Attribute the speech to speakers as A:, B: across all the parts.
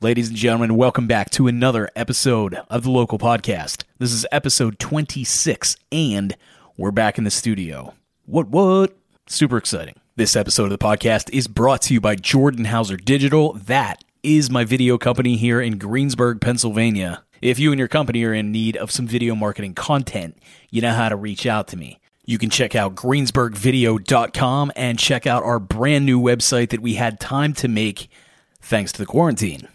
A: Ladies and gentlemen, welcome back to another episode of the Local Podcast. This is episode 26, and we're back in the studio. What, what? Super exciting. This episode of the podcast is brought to you by Jordan Hauser Digital. That is my video company here in Greensburg, Pennsylvania. If you and your company are in need of some video marketing content, you know how to reach out to me. You can check out greensburgvideo.com and check out our brand new website that we had time to make thanks to the quarantine.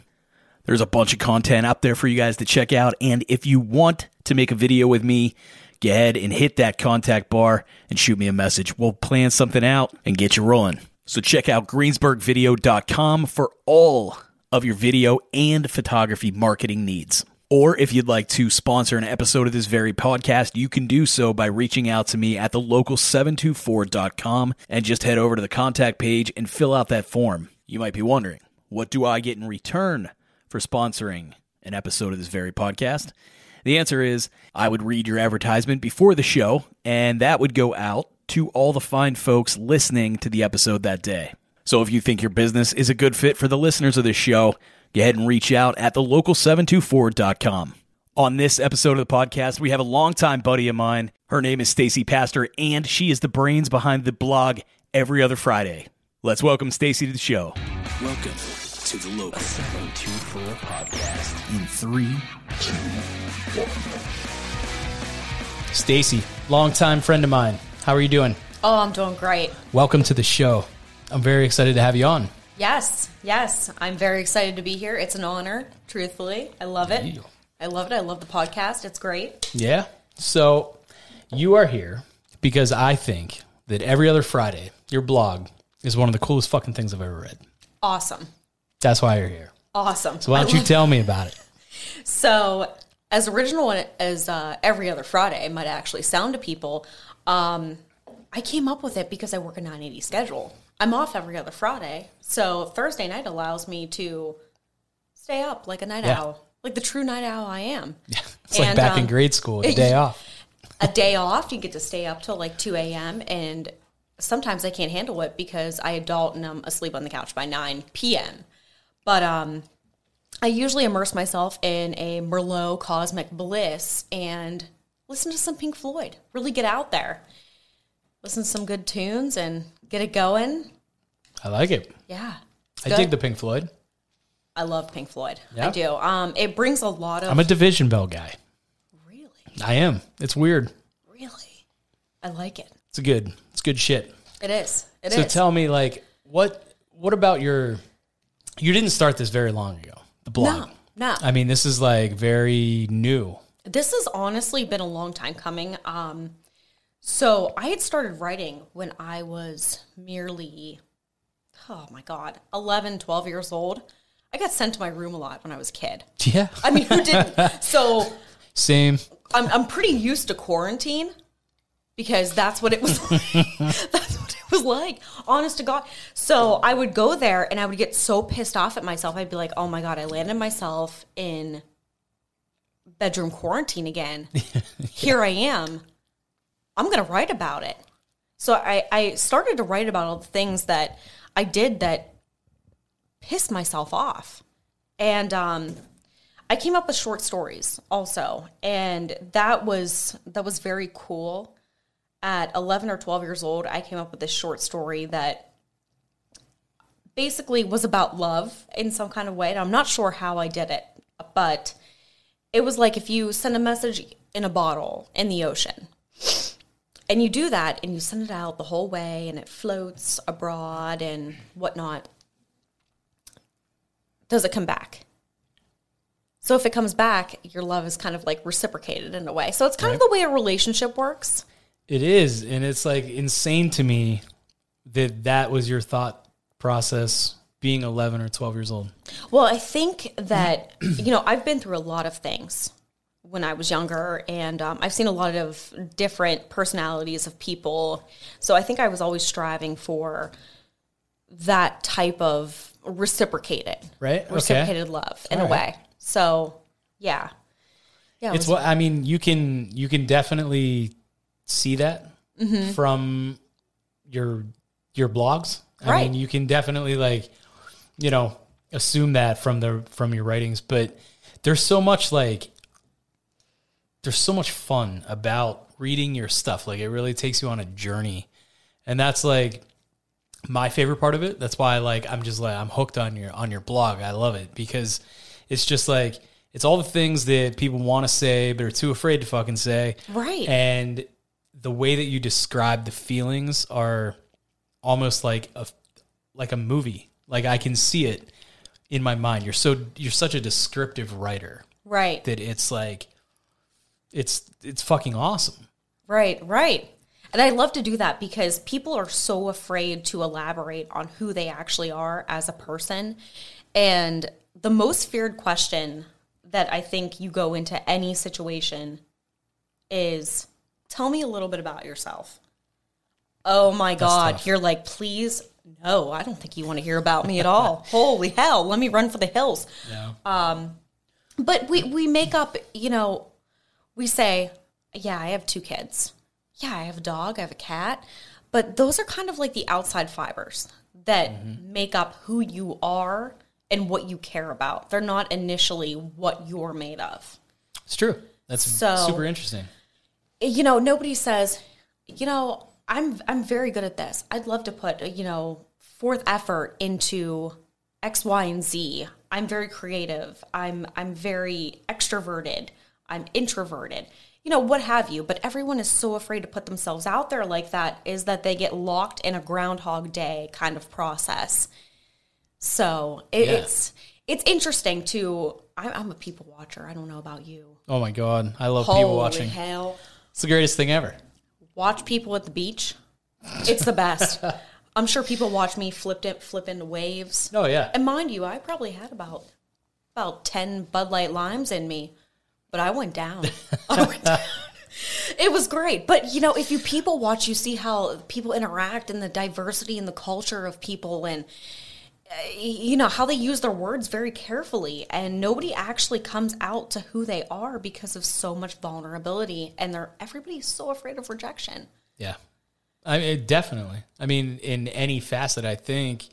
A: There's a bunch of content out there for you guys to check out. And if you want to make a video with me, go ahead and hit that contact bar and shoot me a message. We'll plan something out and get you rolling. So check out greensburgvideo.com for all of your video and photography marketing needs. Or if you'd like to sponsor an episode of this very podcast, you can do so by reaching out to me at thelocal724.com and just head over to the contact page and fill out that form. You might be wondering, what do I get in return for sponsoring an episode of this very podcast? The answer is I would read your advertisement before the show, and that would go out to all the fine folks listening to the episode that day. So if you think your business is a good fit for the listeners of this show, go ahead and reach out at thelocal724.com. On this episode of the podcast, we have a longtime buddy of mine. Her name is Stacy Pastor, and she is the brains behind the blog Every Other Friday. Let's welcome Stacy to the show.
B: Welcome to the Local 724 Podcast.
A: In three,
C: Stacy, longtime friend of mine. How are you doing?
D: Oh, I'm doing great.
C: Welcome to the show. I'm very excited to have you on.
D: Yes, yes. I'm very excited to be here. It's an honor, truthfully. I love it.
C: Deal.
D: I love it. I love the podcast. It's great.
C: Yeah. So, you are here because I think that every other Friday, your blog is one of the coolest fucking things I've ever read.
D: Awesome.
C: That's why you're here.
D: Awesome.
C: So, why don't you tell me about it?
D: So, as original as uh, every other Friday might actually sound to people, um, I came up with it because I work a 980 schedule. I'm off every other Friday. So, Thursday night allows me to stay up like a night
C: Yeah.
D: owl, like the true night owl I am.
C: It's like
D: And,
C: back in
D: um,
C: grade school, the day off.
D: a day off, you get to stay up till like 2 a.m. And sometimes I can't handle it because I adult and I'm asleep on the couch by 9 p.m. But um, I usually immerse myself in a Merlot Cosmic Bliss and listen to some Pink Floyd. Really get out there, listen to some good tunes and get it going.
C: I like it.
D: Yeah. it's
C: I dig the
D: good.
C: Pink Floyd.
D: I love Pink Floyd.
C: Yeah.
D: I do. Um, it brings a lot of
C: I'm a Division Bell guy.
D: really,
C: I am. It's weird.
D: really. I like it.
C: It's good. It's good shit.
D: It is. It is.
C: So tell me, like, what what about your? You didn't start this very long ago. The blog.
D: No, no.
C: I mean, this is like very new.
D: This has honestly been a long time coming. Um, so I had started writing when I was merely, oh my God, 11, 12 years old. I got sent to my room a lot when I was a kid.
C: Yeah.
D: I mean, who didn't? So
C: Same.
D: I'm, I'm pretty used to quarantine because that's what it was that's what it was like honest to god so i would go there and i would get so pissed off at myself i'd be like oh my god i landed myself in bedroom quarantine again here i am i'm gonna write about it so I, I started to write about all the things that i did that pissed myself off and um, I came up with short stories also, and that was that was very cool. At eleven or twelve years old, I came up with this short story that basically was about love in some kind of way. And I'm not sure how I did it, but it was like if you send a message in a bottle in the ocean. And you do that and you send it out the whole way and it floats abroad and whatnot. Does it come back? So if it comes back, your love is kind of like reciprocated in a way. So it's kind of the way a relationship works.
C: It is, and it's like insane to me that that was your thought process being 11 or 12 years old.
D: Well, I think that, you know, I've been through a lot of things when I was younger, and um, I've seen a lot of different personalities of people. So I think I was always striving for that type of reciprocated,
C: Right? Okay.
D: reciprocated love in
C: All
D: a
C: right.
D: way. So, yeah. Yeah. it
C: It's
D: was-
C: what I mean, you can you can definitely see that
D: Mm-hmm.
C: from your your blogs. I
D: Right.
C: mean, you can definitely like you know,
A: assume that from the from your writings, but there's so much like there's so much fun about reading your stuff. Like it really takes you on a journey. And that's like my favorite part of it. That's why like I'm just like I'm hooked on your on your blog. I love it because it's just like it's all the things that people want to say but are too afraid to fucking say.
D: Right.
A: And the way that you describe the feelings are almost like a like a movie. Like I can see it in my mind. You're so you're such a descriptive writer
D: Right.
A: that it's like it's it's fucking awesome.
D: Right, right. And I love to do that because people are so afraid to elaborate on who they actually are as a person. And the most feared question that I think you go into any situation is tell me a little bit about yourself. Oh my God.
A: tough.
D: You're like, please, no, I don't think you want to hear about me at all. Holy hell, let me run for the hills. Uh, But we we make up, you know, we say, yeah, I have two kids. Yeah, I have a dog, I have a cat. But those are kind of like the outside fibers that make up who you are and what you care about. They're not initially what you're made of.
A: It's true. That's
D: So-
A: super interesting.
D: You know, nobody says, you know, I'm I'm very good at this. I'd love to put, you know, forth effort into X, Y, and Z. I'm very creative. I'm I'm very extroverted. I'm introverted. You know, what have you. But everyone is so afraid to put themselves out there like that is that they get locked in a groundhog day kind of process. So it,
A: Yeah.
D: it's it's interesting to I, I'm a people watcher. I don't know about you.
A: Oh my god, I love
D: Holy
A: people watching.
D: hell
A: It's the greatest thing ever.
D: watch people at the beach. It's the best. I'm sure people watch me flip it, flip into waves.
A: Oh yeah.
D: And mind you, I probably had about about ten Bud Light limes in me, but I went down. I went down. It was great, but you know, if you people watch, you see how people interact and the diversity and the culture of people, and uh, you know how they use their words very carefully. And nobody actually comes out to who they are because of so much vulnerability, and they're everybody's so afraid of rejection.
A: Yeah. I mean, definitely. I mean, in any facet, I think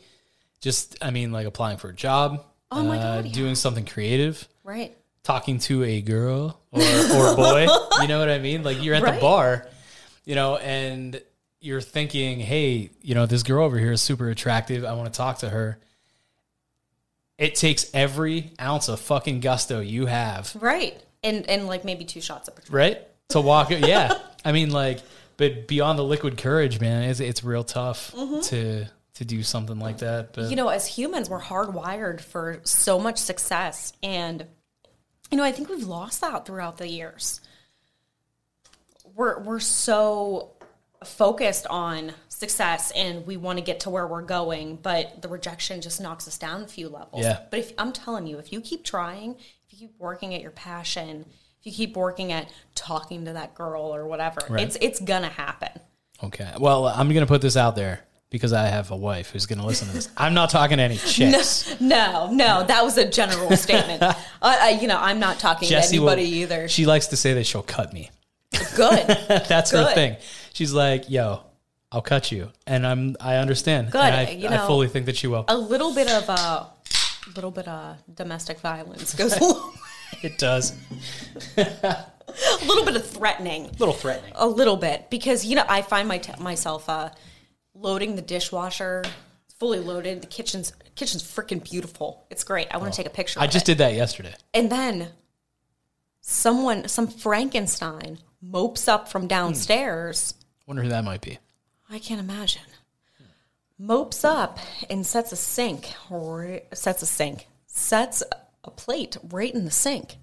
A: just, I mean, like applying for a job, uh,
D: Oh my God, yeah.
A: doing something creative,
D: Right?
A: talking to a girl or, or boy. you know what I mean? Like you're at
D: Right.
A: the bar, you know, and you're thinking, hey, you know, this girl over here is super attractive. I want to talk to her. It takes every ounce of fucking gusto you have
D: Right? And and like maybe two shots of Patron.
A: right? To walk, yeah. I mean, like, but beyond the liquid courage, man, it's it's real tough
D: Mm-hmm.
A: to to do something like that. But
D: you know, as humans, we're hardwired for so much success. And, you know, I think we've lost that throughout the years. We're, we're so focused on success and we want to get to where we're going, but the rejection just knocks us down a few levels.
A: Yeah.
D: But if I'm telling you, if you keep trying, if you keep working at your passion, if you keep working at talking to that girl or whatever, it's it's gonna happen.
A: okay, well, I'm gonna put this out there because I have a wife who's gonna listen to this. I'm not talking to any chicks.
D: No, no, that was a general statement. uh, uh, you know, I'm not talking
A: Jessie
D: to
A: will-
D: anybody either.
A: She likes to say that she'll cut me.
D: Good,
A: That's her
D: Good.
A: thing. She's like, yo. I'll cut you, and I'm. I understand.
D: Good,
A: and I,
D: you
A: I
D: know.
A: fully think that she will.
D: a little bit of uh, little bit of domestic violence goes along.
A: It does.
D: a little bit of threatening,
A: little threatening.
D: a little bit because you know I find my t- myself uh, loading the dishwasher, fully loaded. The kitchen's kitchen's freaking beautiful. It's great. I want to take a picture.
A: Oh. I
D: of
A: just
D: it.
A: did that yesterday.
D: And then someone, some Frankenstein, mopes up
A: Hmm.
D: from downstairs.
A: Wonder who that might be.
D: I can't imagine. Mopes up and sets a sink, ri- sets a sink, sets a plate right in the sink.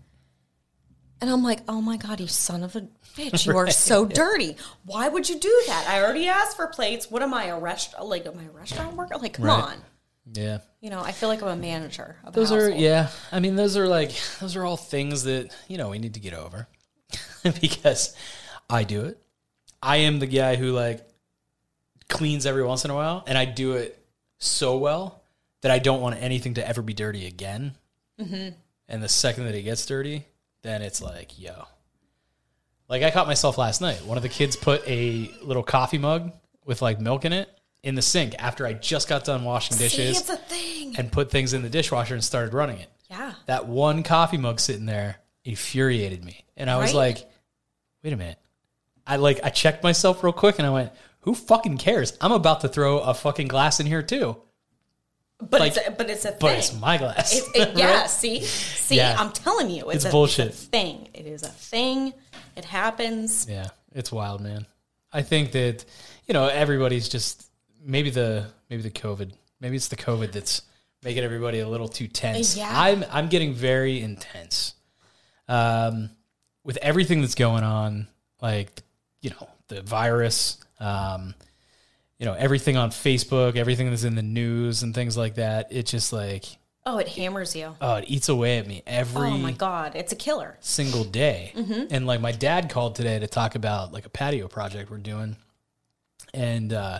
D: And I'm like, oh my God, you son of a bitch. You are so dirty. Why would you do that? I already asked for plates. What am I, a rest- like, am I a restaurant worker? Like, come
A: Right.
D: on.
A: Yeah.
D: You know, I feel like I'm a manager. Of a
A: Those are
D: household.
A: yeah. I mean, those are like those are all things that you know we need to get over because I do it. I am the guy who like cleans every once in a while, and I do it so well that I don't want anything to ever be dirty again.
D: Mm-hmm.
A: And the second that it gets dirty, then it's like yo. Like I caught myself last night. One of the kids put a little coffee mug with like milk in it in the sink after I just got done washing
D: See,
A: dishes
D: it's a thing. Dang it.
A: and put things in the dishwasher and started running it.
D: Yeah.
A: That one coffee mug sitting there infuriated me. And I was
D: Right?
A: like, wait a minute. I like I checked myself real quick and I went, who fucking cares? I'm about to throw a fucking glass in here too.
D: But
A: Like-
D: it's a, but it's a
A: But
D: thing.
A: it's my glass.
D: It's- it- yeah, see, see,
A: Yeah.
D: I'm telling you,
A: It's
D: it's, a,
A: bullshit.
D: It's a thing. It is a thing. It happens.
A: Yeah, it's wild, man. I think that you know everybody's just maybe the maybe the COVID, maybe it's the COVID that's making everybody a little too tense.
D: Uh, Yeah.
A: I'm I'm getting very intense um, with everything that's going on, like you know the virus, um, you know everything on Facebook, everything that's in the news and things like that. It just like
D: Oh, it hammers you.
A: oh, it eats away at me every
D: Oh my god, it's a killer.
A: single day. And like my dad called today to talk about like a patio project we're doing. And uh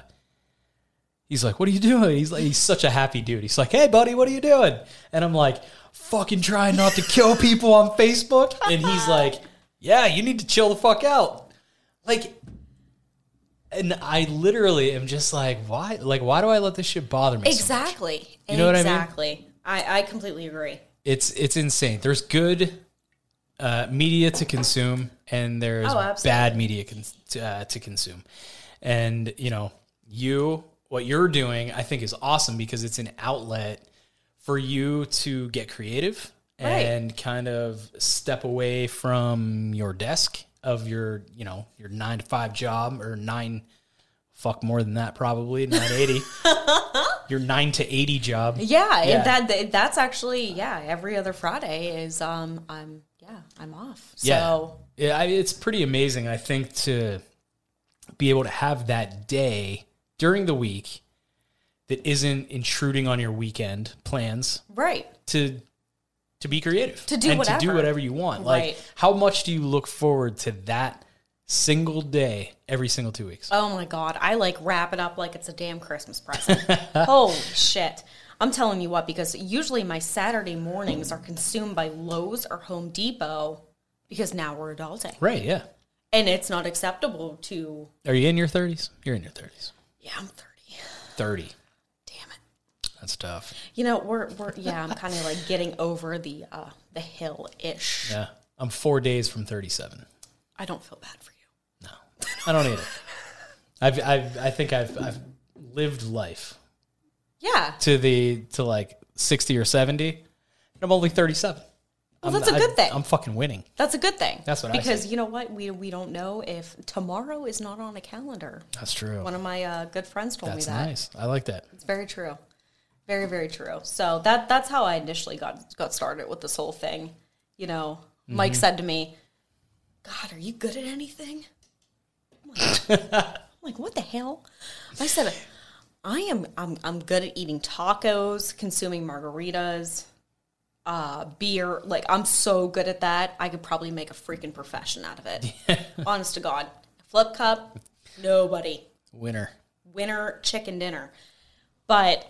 A: he's like, What are you doing? He's like he's such a happy dude. He's like, Hey buddy, what are you doing? And I'm like, fucking trying not to kill people on Facebook. And he's like, Yeah, you need to chill the fuck out. Like and I literally am just like, why like why do I let this shit bother me? so much?
D: Exactly.
A: You know what I mean?
D: exactly. I, I completely agree.
A: it's it's insane. There's good uh, media to consume, and there's
D: Oh, absolutely.
A: bad media con- uh, to consume. And you know, you what you're doing, I think, is awesome because it's an outlet for you to get creative
D: Right.
A: and kind of step away from your desk of your you know your nine to five job or nine fuck more than that probably 980 your 9 to 80 job
D: Yeah,
A: Yeah.
D: And that that- that's actually yeah. Every other Friday is um I'm yeah I'm off. So
A: Yeah, I, it's pretty amazing. I think to be able to have that day during the week that isn't intruding on your weekend plans
D: right.
A: to to be creative
D: To do
A: and to do
D: whatever.
A: whatever you want. Like,
D: Right.
A: how much do you look forward to that single day every single two weeks?
D: Oh my god, I like wrap it up like it's a damn Christmas present. Holy shit. I'm telling you what, because usually my Saturday mornings are consumed by Lowe's or Home Depot because now we're adulting.
A: right? Yeah.
D: And it's not acceptable to
A: Are you in your thirties? You're in your thirties.
D: Yeah, I'm thirty.
A: Thirty.
D: Damn it.
A: That's tough.
D: You know, we're we're yeah, I'm kinda like getting over the uh the hill ish.
A: Yeah. I'm four days from thirty-seven.
D: I don't feel bad for you.
A: I don't either. I've, I've, I think I've, I've lived life
D: Yeah.
A: to the to like 60 or 70 and i'm only 37
D: Well,
A: I'm-
D: that's a
A: I-
D: good thing.
A: i'm fucking winning
D: That's a good thing.
A: That's what I say.
D: because you know what we we don't know if tomorrow is not on a calendar.
A: that's true
D: One of my uh, good friends told
A: that's
D: me that.
A: nice i like that
D: It's very true. Very, very true. So that that's how I initially got got started with this whole thing. You know, Mike said to me, God, are you good at anything? I'm like, what the hell? I said, I am I'm I'm good at eating tacos, consuming margaritas, uh, beer. Like I'm so good at that. I could probably make a freaking profession out of it. Honest to God. Flip cup, nobody
A: winner
D: winter chicken dinner. But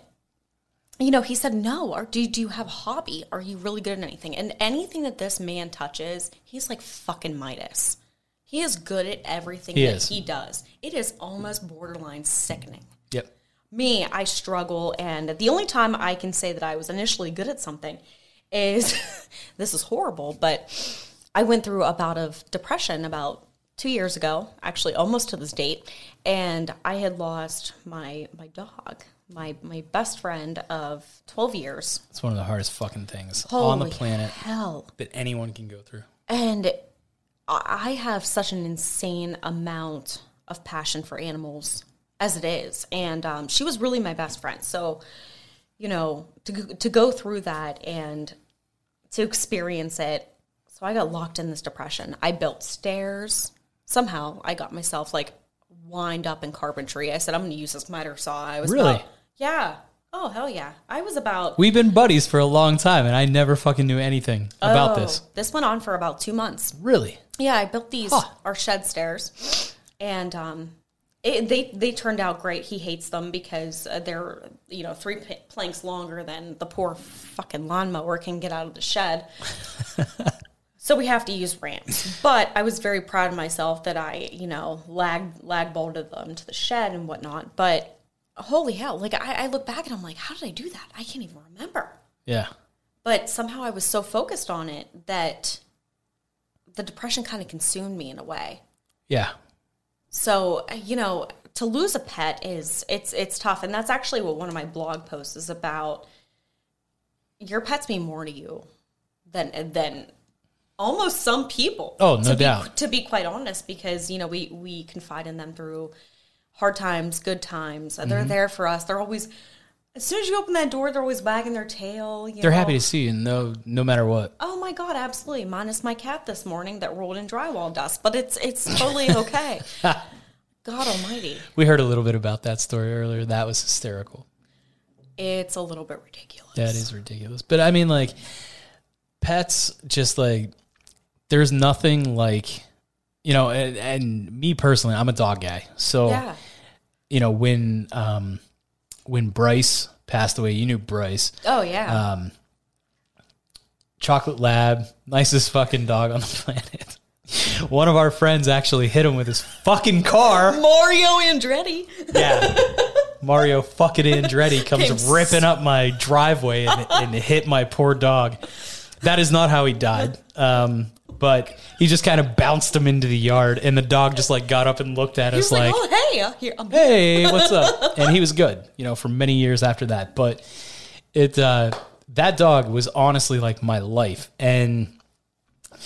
D: you know, he said, "No, or do do you have a hobby? Are you really good at anything?" And anything that this man touches, he's like fucking Midas. He is good at everything
A: He
D: that
A: is.
D: he does. It is almost borderline sickening.
A: yep
D: Me, I struggle, and the only time I can say that I was initially good at something is this is horrible, but I went through a bout of depression about two years ago, actually almost to this date, and I had lost my my dog, my my best friend of twelve years
A: it's one of the hardest fucking things on the
D: Holy
A: planet
D: Hell,
A: that anyone can go through
D: and I I have such an insane amount of passion for animals as it is, and um, she was really my best friend. So, you know, to go- to go through that and to experience it, so I got locked in this depression. I built stairs. Somehow, I got myself like wind up in carpentry. I said, "I'm going to use this miter saw." I was
A: Really?
D: about- yeah. Oh hell yeah! I was about
A: we've been buddies for a long time and i never fucking knew anything about
D: Oh,
A: this
D: This went on for about two months.
A: really
D: Yeah, I built these
A: Huh.
D: our shed stairs, and um, it, they they turned out great. He hates them because uh, they're you know three p- planks longer than the poor fucking lawnmower can get out of the shed. so we have to use ramps. But I was very proud of myself that I you know lag lag bolted them to the shed and whatnot. But holy hell, like I, I look back and I'm like, how did I do that? I can't even remember.
A: Yeah.
D: But somehow I was so focused on it that the depression kind of consumed me in a way.
A: Yeah.
D: So uh, you know, to lose a pet is it's it's tough, and that's actually what one of my blog posts is about. Your pets mean more to you than than almost some people.
A: Oh, no
D: to Be,
A: doubt.
D: to be quite honest, because you know we we confide in them through hard times, good times. Uh, They're
A: Mm-hmm.
D: there for us. They're always. As soon as you open that door, they're always wagging their tail. You
A: They're
D: know.
A: happy to see you no no matter what.
D: Oh my god, absolutely. Minus my cat this morning that rolled in drywall dust, but it's it's totally okay. god almighty.
A: We heard a little bit about that story earlier. That was hysterical.
D: It's a little bit ridiculous.
A: That is ridiculous. But I mean, like, pets just like, there's nothing like, you know, and, and me personally, I'm a dog guy. So,
D: Yeah.
A: you know, when, um, when Bryce passed away, you knew Bryce,
D: Oh yeah.
A: chocolate lab, nicest fucking dog on the planet. One of our friends actually hit him with his fucking car.
D: Mario Andretti.
A: Yeah. Mario fucking Andretti comes
D: Came
A: ripping up my driveway and, and hit my poor dog. That is not how he died. Um, but he just kind of bounced him into the yard, and the dog just like got up and looked at us
D: He's
A: like,
D: like, oh hey, uh, here I'm
A: "Hey, what's up?" And he was good, you know, for many years after that. But it uh, that dog was honestly like my life, and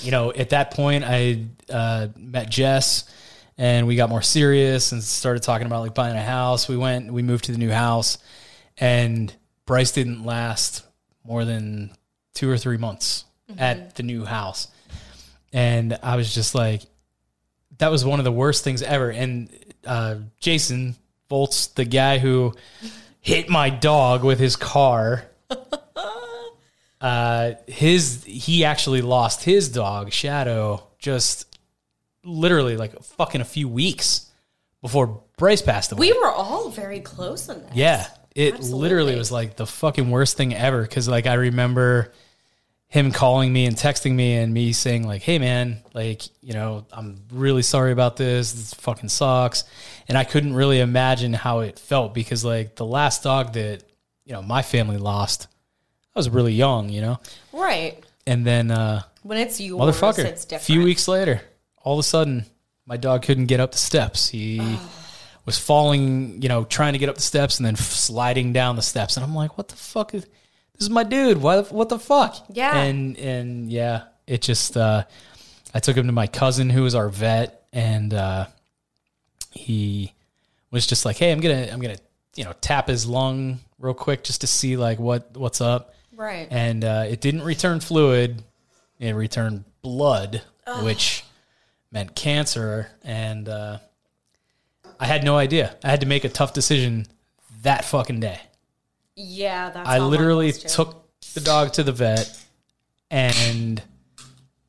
A: you know, at that point, I uh, met Jess, and we got more serious and started talking about like buying a house. We went, we moved to the new house, and Bryce didn't last more than two or three months at the new house, and I was just like, that was one of the worst things ever. And uh, Jason Bolts, the guy who hit my dog with his car uh, his he actually lost his dog Shadow just literally like fucking a few weeks before Bryce passed away.
D: We were all very close in that.
A: yeah, it
D: Absolutely.
A: literally was like the fucking worst thing ever because like I remember him calling me and texting me and me saying like, "Hey man, like you know I'm really sorry about this. This fucking sucks," and I couldn't really imagine how it felt because like the last dog that you know my family lost. I was really young, you know,
D: Right.
A: and then uh,
D: When it's you it's
A: motherfucker. A
D: different.
A: few weeks later, all of a sudden, my dog couldn't get up the steps. He was falling, you know, trying to get up the steps and then f- sliding down the steps. And I'm like, what the fuck is this? Is my dude? What what the fuck?
D: Yeah.
A: And and yeah, it just uh, I took him to my cousin who was our vet, and uh, he was just like, hey, I'm gonna I'm gonna you know tap his lung real quick just to see like what what's up
D: Right.
A: and uh, it didn't return fluid; it returned blood, which meant cancer. And uh, I had no idea. I had to make a tough decision that fucking day.
D: yeah, that's
A: I
D: how mine
A: literally
D: was, too.
A: took the dog to the vet and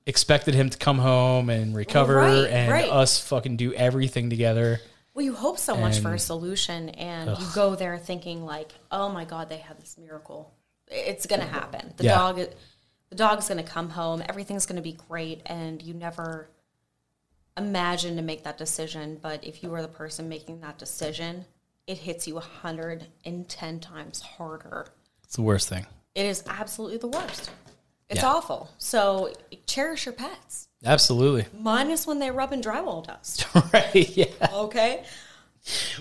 A: expected him to come home and recover
D: Oh, Right,
A: and
D: right.
A: us fucking do everything together.
D: Well, you hope so much for a solution, and you go there thinking like, "Oh my God, they have this miracle. It's going to happen. The
A: Yeah.
D: dog, the dog's going to come home. Everything's going to be great." And you never imagine to make that decision. But if you are the person making that decision, it hits you hundred and ten times harder.
A: It's the worst thing.
D: It is absolutely the worst. It's
A: Yeah.
D: awful. So cherish your pets,
A: Absolutely.
D: minus when they rub in drywall dust.
A: right. Yeah.
D: Okay.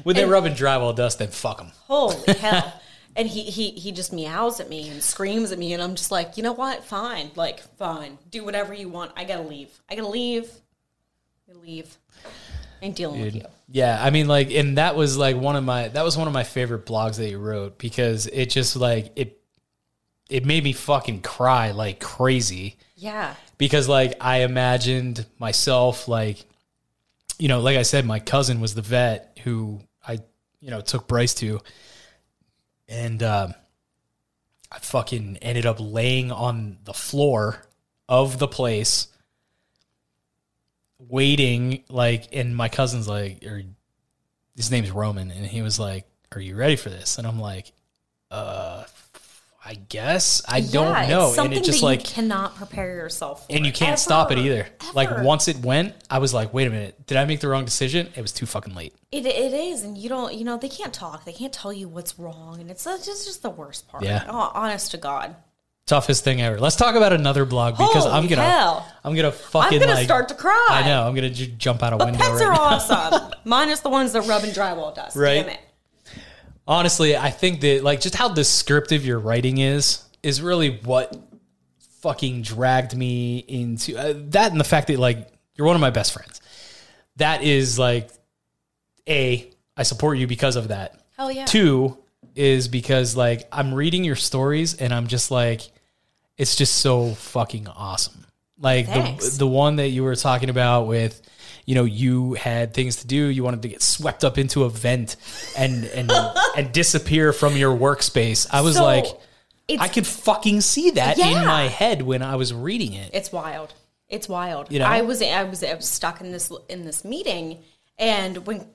A: When they're rubbing drywall dust, then fuck them.
D: holy hell and he, he he just meows at me and screams at me and i'm just like you know what fine like fine do whatever you want i gotta leave i gotta leave I gotta leave ain't dealing with you
A: Yeah, I mean, like, and that was like one of my that was one of my favorite blogs that you wrote because it just like it it made me fucking cry like crazy
D: yeah
A: because like I imagined myself like you know like I said my cousin was the vet who I you know took Bryce to and um I fucking ended up laying on the floor of the place waiting like and my cousin's like or his name's Roman and he was like are you ready for this and I'm like uh I guess I don't
D: Yeah,
A: know,
D: It's
A: and
D: something
A: it just
D: that
A: like
D: you cannot prepare yourself for.
A: and you can't stop it
D: Ever.
A: either. Like
D: Ever.
A: once it went, I was like, wait a minute, did I make the wrong decision? It was too fucking late.
D: It, it is, and you don't. You know, they can't talk. They can't tell you what's wrong, and it's it's just, just the worst part.
A: Yeah.
D: Oh, honest to God,
A: Toughest thing ever. Let's talk about another blog because
D: Holy
A: I'm gonna
D: hell.
A: I'm gonna fucking
D: gonna
A: like,
D: start to cry.
A: I know I'm gonna j- jump out a
D: but
A: window.
D: pets
A: right
D: are
A: now.
D: awesome. Minus the ones that rub and drywall dust.
A: Right.
D: Damn it.
A: Honestly, I think that like just how descriptive your writing is is really what fucking dragged me into uh, that, and the fact that like you're one of my best friends. That is like a I support you because of that.
D: Hell yeah.
A: Two is because like I'm reading your stories and I'm just like, it's just so fucking awesome. Like the
D: Thanks.
A: the one that you were talking about with, you know, you had things to do, you wanted to get swept up into a vent and and and disappear from your workspace. I was
D: So,
A: like,
D: it's
A: I could fucking see that in
D: Yeah.
A: my head when I was reading it.
D: it's wild. It's wild.
A: You know?
D: I was I was I was stuck in this in this meeting, and when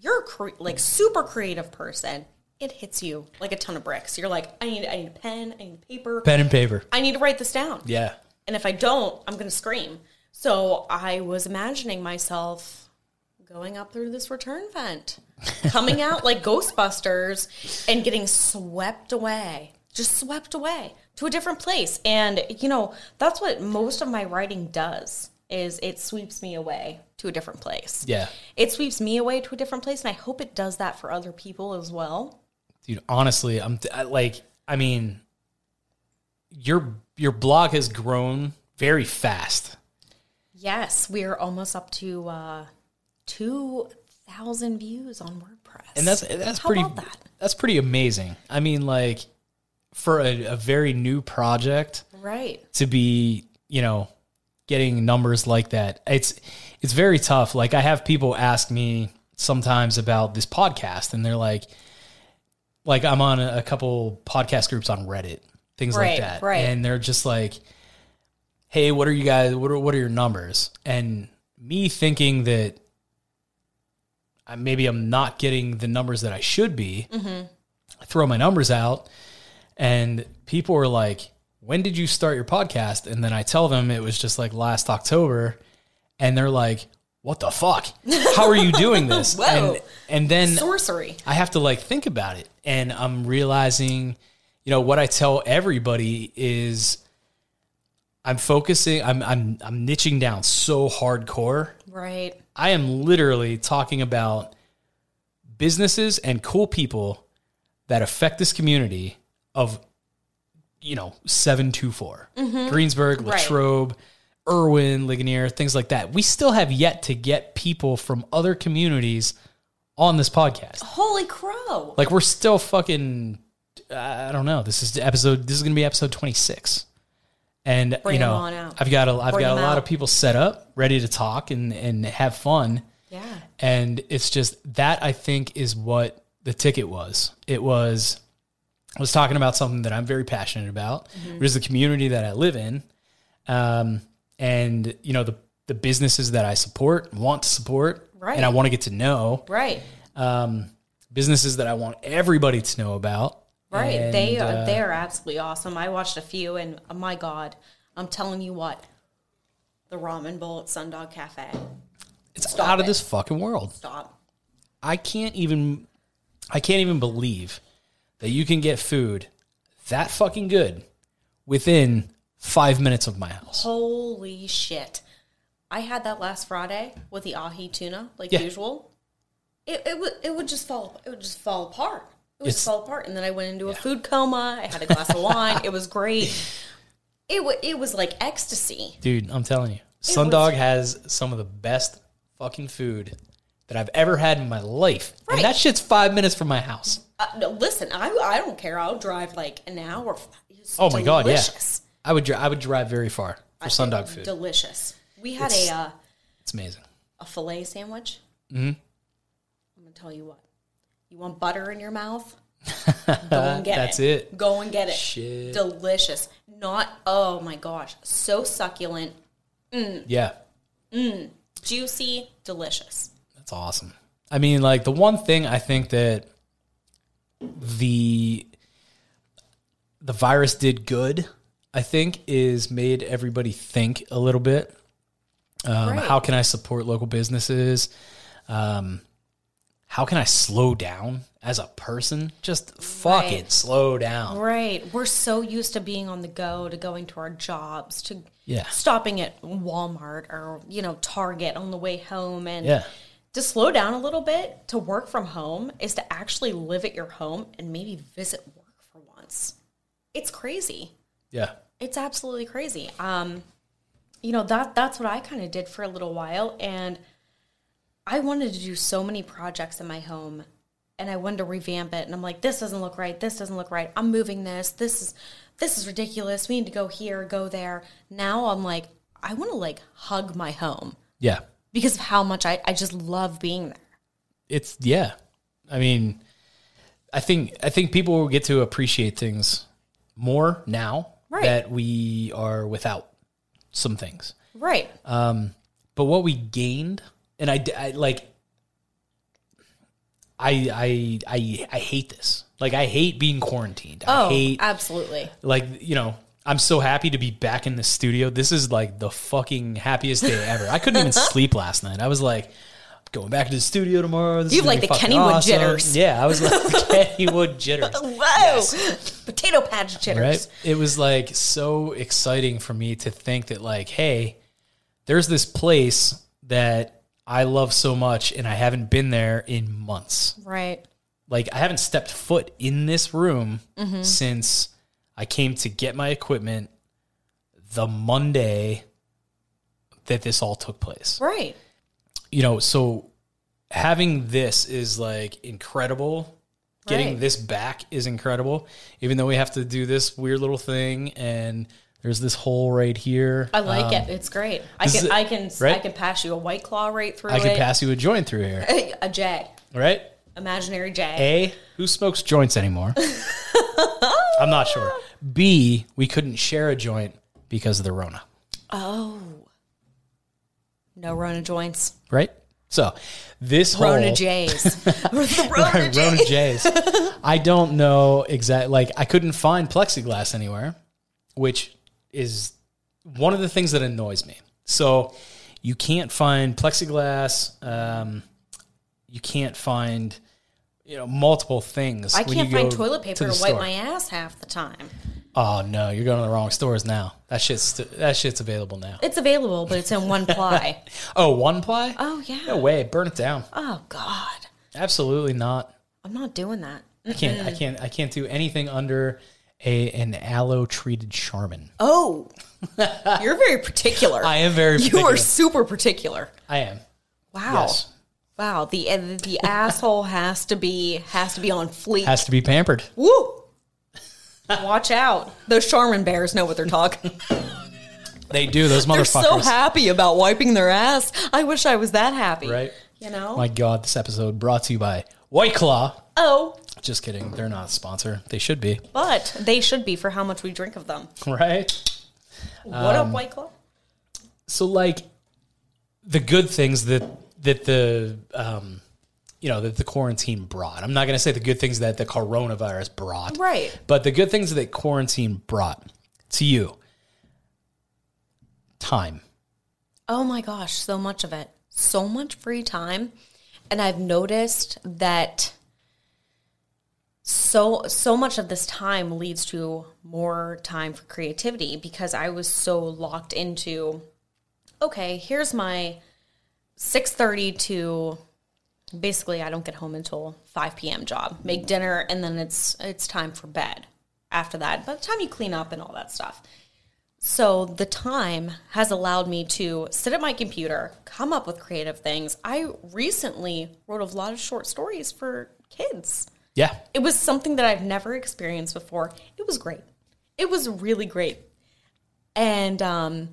D: you're a cre- like super creative person, it hits you like a ton of bricks. You're like, I need I need a pen, I need paper,
A: Pen and paper.
D: I need to write this down.
A: Yeah.
D: And if I don't, I'm going to scream. So I was imagining myself going up through this return vent, coming out like Ghostbusters and getting swept away, just swept away to a different place. And, you know, that's what most of my writing does is it sweeps me away to a different place.
A: Yeah.
D: It sweeps me away to a different place and I hope it does that for other people as well.
A: dude honestly i'm I, like i mean your your blog has grown very fast
D: Yes, we are almost up to uh, two thousand views on WordPress,
A: and that's that's
D: How
A: pretty
D: About that?
A: that's pretty amazing i mean like for a, a very new project
D: Right?
A: to be you know getting numbers like that it's it's very tough like i have people ask me sometimes about this podcast and they're like like i'm on a, a couple podcast groups on reddit things like
D: Right,
A: that
D: right.
A: and they're just like hey what are you guys what are what are your numbers and me thinking that I, maybe i'm not getting the numbers that i should be I throw my numbers out and people were like, "When did you start your podcast?" And then I tell them it was just like last October, and they're like, "What the fuck? How are you doing this?"
D: Whoa.
A: And and then
D: Sorcery.
A: I have to like think about it, and I'm realizing, you know, what I tell everybody is. I'm focusing. I'm I'm I'm niching down so hardcore
D: Right.
A: I am literally talking about businesses and cool people that affect this community of, you know, 724, Greensburg,
D: Mm-hmm. Right.
A: Latrobe, Irwin, Ligonier, things like that. We still have yet to get people from other communities on this podcast.
D: Holy crow!
A: Like, we're still fucking, I don't know. This is episode, this is going to be episode 26. And
D: Bring
A: you know,
D: them on out.
A: I've got a, I've
D: Bring
A: got a
D: them
A: lot
D: out.
A: of people set up, ready to talk and and have fun.
D: yeah.
A: And it's just that I think is what the ticket was. It was I was talking about something that I'm very passionate about,
D: Mm-hmm.
A: which is the community that I live in, um, and you know the the businesses that I support, want to support,
D: Right.
A: and I want to get to know
D: Right.
A: um, businesses that I want everybody to know about.
D: Right.
A: And,
D: they are.
A: uh,
D: they are absolutely awesome. I watched a few, and oh my god, I'm telling you what, the ramen bowl at Sundog Cafe.
A: It's
D: Stop
A: out of
D: it.
A: this fucking world.
D: Stop.
A: I can't even I can't even believe that you can get food that fucking good within five minutes of my house.
D: Holy shit! I had that last Friday with the ahi tuna, like
A: Yeah.
D: usual. It, it would it would just fall it would just fall apart. It would
A: It's-
D: just fall apart, and then I went into a food coma. I had a glass of wine. It was great. It wa it was like ecstasy.
A: Dude, I'm telling you. Sundog has some of the best fucking food that I've ever had in my life.
D: Right.
A: And that shit's five minutes from my house.
D: Uh, no, listen, I I don't care. I'll drive like an hour. It's
A: Oh my god, yeah.
D: delicious.
A: I would dri- I would drive very far for Sundog food.
D: Delicious. We had
A: It's-
D: a uh,
A: It's amazing.
D: a filet sandwich. Mm-hmm. I'm gonna tell you what. You want butter in your mouth? Go and get
A: That's
D: it.
A: it.
D: Go and get it.
A: Shit.
D: Delicious. Not. Oh my gosh. So succulent,
A: Yeah.
D: juicy, delicious.
A: That's awesome. I mean, like the one thing I think that the the virus did good, I think, is made everybody think a little bit. Um,
D: Right.
A: How can I support local businesses? Um, how can I slow down as a person? Just fucking
D: Right.
A: slow down.
D: Right. We're so used to being on the go, to going to our jobs, to
A: Yeah.
D: stopping at Walmart or, you know, Target on the way home and
A: Yeah.
D: to slow down a little bit, to work from home is to actually live at your home and maybe visit work for once. It's crazy.
A: Yeah.
D: It's absolutely crazy. Um, you know that that's what I kind of did for a little while, and I wanted to do so many projects in my home, and I wanted to revamp it. And I'm like, this doesn't look right. This doesn't look right. I'm moving this. This is this is ridiculous. We need to go here, go there. Now I'm like, I want to like hug my home
A: Yeah.
D: because of how much I I just love being there.
A: It's yeah. I mean, I think I think people will get to appreciate things more now
D: Right.
A: that we are without some things.
D: Right.
A: but what we gained and I, I like I, I I I hate this. Like I hate being quarantined. I
D: oh,
A: hate
D: absolutely.
A: like you know, I'm so happy to be back in the studio. This is like the fucking happiest day ever. I couldn't even sleep last night. I was like going back to the studio tomorrow. This
D: You
A: is gonna
D: have, like,
A: be
D: the
A: fucking
D: Kennywood
A: awesome.
D: jitters.
A: Yeah, I was like Kennywood jitters.
D: Whoa, potato patch jitters.
A: Right? It was like so exciting for me to think that like, hey, there's this place that I love so much and I haven't been there in months.
D: Right.
A: Like I haven't stepped foot in this room
D: Mm-hmm.
A: since I came to get my equipment the Monday that this all took place
D: Right.
A: you know, so having this is like incredible. Getting
D: Right.
A: this back is incredible, even though we have to do this weird little thing and there's this hole right here.
D: I like it. It's great. I
A: Um, this is
D: can
A: a-
D: I can I
A: right?
D: can pass you a white claw right through
A: I could
D: it.
A: pass you a joint through here,
D: a jag,
A: right?
D: imaginary jag.
A: A, who smokes joints anymore? I'm not sure. B, we couldn't share a joint because of the Rona,
D: Oh, no Rona joints.
A: right? So this whole
D: Rona J's. the Rona
A: Right,
D: J.
A: Rona J's. I don't know exactly. Like, I couldn't find plexiglass anywhere, which is one of the things that annoys me. So, you can't find plexiglass. Um, you can't find, you know, multiple things.
D: I
A: when
D: can't
A: you
D: find
A: go
D: toilet paper to,
A: the
D: wipe
A: store.
D: my ass half the time.
A: Oh no, you're going to the wrong stores now. That shit's st- that shit's available now.
D: It's available, but it's in one ply.
A: Oh, one ply.
D: Oh yeah.
A: No way. Burn it down.
D: Oh God,
A: Absolutely not.
D: I'm not doing that.
A: I can't. I can't. I can't do anything under a an aloe treated Charmin.
D: Oh, you're very particular.
A: I am very.
D: you
A: particular.
D: are super particular.
A: I am.
D: Wow.
A: Yes.
D: Wow. The the asshole has to be has to be on fleek.
A: Has to be pampered.
D: Woo! Watch out. Those Charmin bears know what they're talking.
A: They do those
D: they're
A: motherfuckers.
D: so happy about wiping their ass. I wish I was that happy.
A: Right.
D: You know?
A: My God, this episode brought to you by White Claw.
D: oh,
A: Just kidding. They're not a sponsor. They should be.
D: but they should be for how much we drink of them.
A: Right.
D: What
A: Um,
D: up, White Claw?
A: So like, the good things that that the um, you know that the quarantine brought. I'm not going to say the good things that the coronavirus brought.
D: Right.
A: But the good things that quarantine brought to you. Time.
D: Oh my gosh, so much of it. So much free time. And I've noticed that so so much of this time leads to more time for creativity because I was so locked into okay, here's my 6:30 to basically I don't get home until 5 p.m. job. Make dinner and then it's it's time for bed after that. By the time you clean up and all that stuff. So the time has allowed me to sit at my computer, come up with creative things. I recently wrote a lot of short stories for kids.
A: Yeah.
D: It was something that I've never experienced before. It was great. It was really great. And um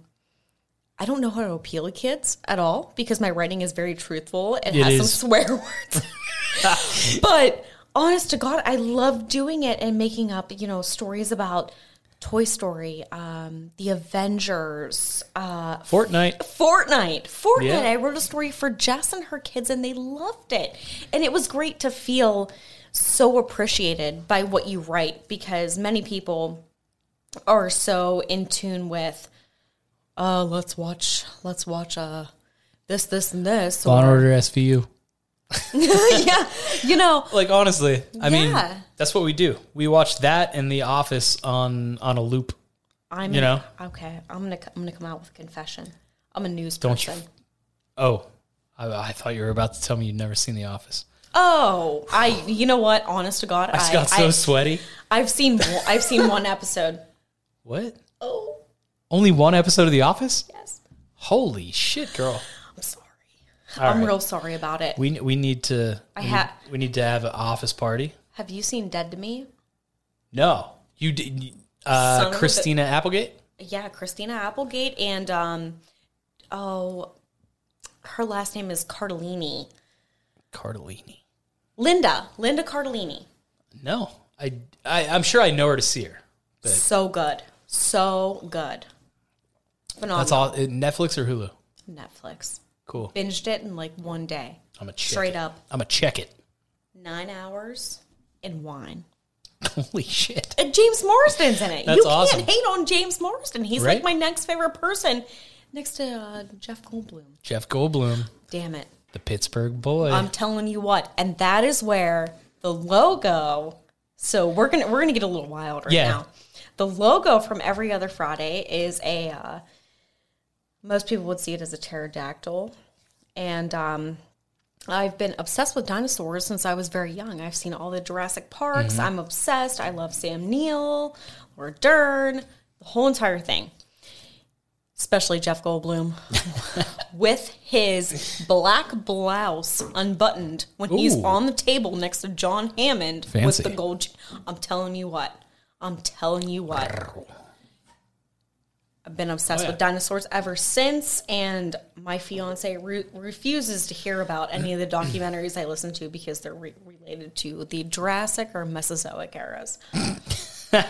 D: I don't know how to appeal to kids at all because my writing is very truthful and
A: It
D: has
A: is.
D: some swear words. but honest to God, I love doing it and making up, you know, stories about Toy Story, um, The Avengers, uh,
A: Fortnite.
D: Fortnite. Fortnite.
A: Yeah.
D: I wrote a story for Jess and her kids, and they loved it. And it was great to feel so appreciated by what you write because many people are so in tune with uh let's watch let's watch uh this this and this
A: Law and Order SVU.
D: yeah you know
A: Like honestly, I
D: Yeah.
A: mean, that's what we do. We watch that and The Office on on a loop.
D: i'm
A: You know?
D: okay i'm gonna i'm gonna come out with a confession i'm a news
A: Don't you-
D: person
A: Oh, I, I thought you were about to tell me you'd never seen The Office.
D: oh i you know what honest to god
A: I just got so sweaty.
D: I've seen mo- I've seen one episode.
A: What?
D: Oh
A: Only one episode of The Office?
D: yes,
A: Holy shit, girl!
D: I'm sorry.
A: All
D: I'm
A: right.
D: real sorry about it.
A: We we need to.
D: I
A: we
D: ha-
A: need- we need to have an office party.
D: Have you seen Dead to Me?
A: No, you did.
D: Son
A: Uh,
D: of a-
A: Christina Applegate.
D: Yeah, Christina Applegate and um, oh, her last name is Cardellini.
A: Cardellini.
D: Linda, Linda Cardellini.
A: No, I, I I'm sure I know her to see her. But
D: So good, so good. Phenomenal.
A: that's all. uh, Netflix or Hulu?
D: Netflix
A: Cool.
D: binged it in like one day,
A: I'm a check
D: straight
A: it.
D: up.
A: I'm a check it.
D: Nine hours in wine.
A: Holy shit!
D: And James Morrison's in it.
A: That's
D: you can't
A: awesome.
D: hate on James Morrison. He's
A: Right?
D: like my next favorite person, next to uh, Jeff Goldblum.
A: Jeff Goldblum,
D: Damn it!
A: the Pittsburgh boy.
D: I'm telling you what, and that is where the logo. So we're gonna we're gonna get a little wild right
A: Yeah.
D: now. The logo from every other Friday is a. Uh, most people would see it as a pterodactyl, and um, I've been obsessed with dinosaurs since I was very young. I've seen all the Jurassic Parks.
A: Mm-hmm.
D: I'm obsessed. I love Sam Neill, Laura Dern, the whole entire thing. Especially Jeff Goldblum with his black blouse unbuttoned when he's
A: Ooh.
D: on the table next to John Hammond
A: Fancy.
D: with the gold. ch- I'm telling you what. I'm telling you what. I've been obsessed
A: Oh, yeah.
D: with dinosaurs ever since, and my fiance re- refuses to hear about any of the documentaries I listen to because they're re- related to the Jurassic or Mesozoic eras. yeah,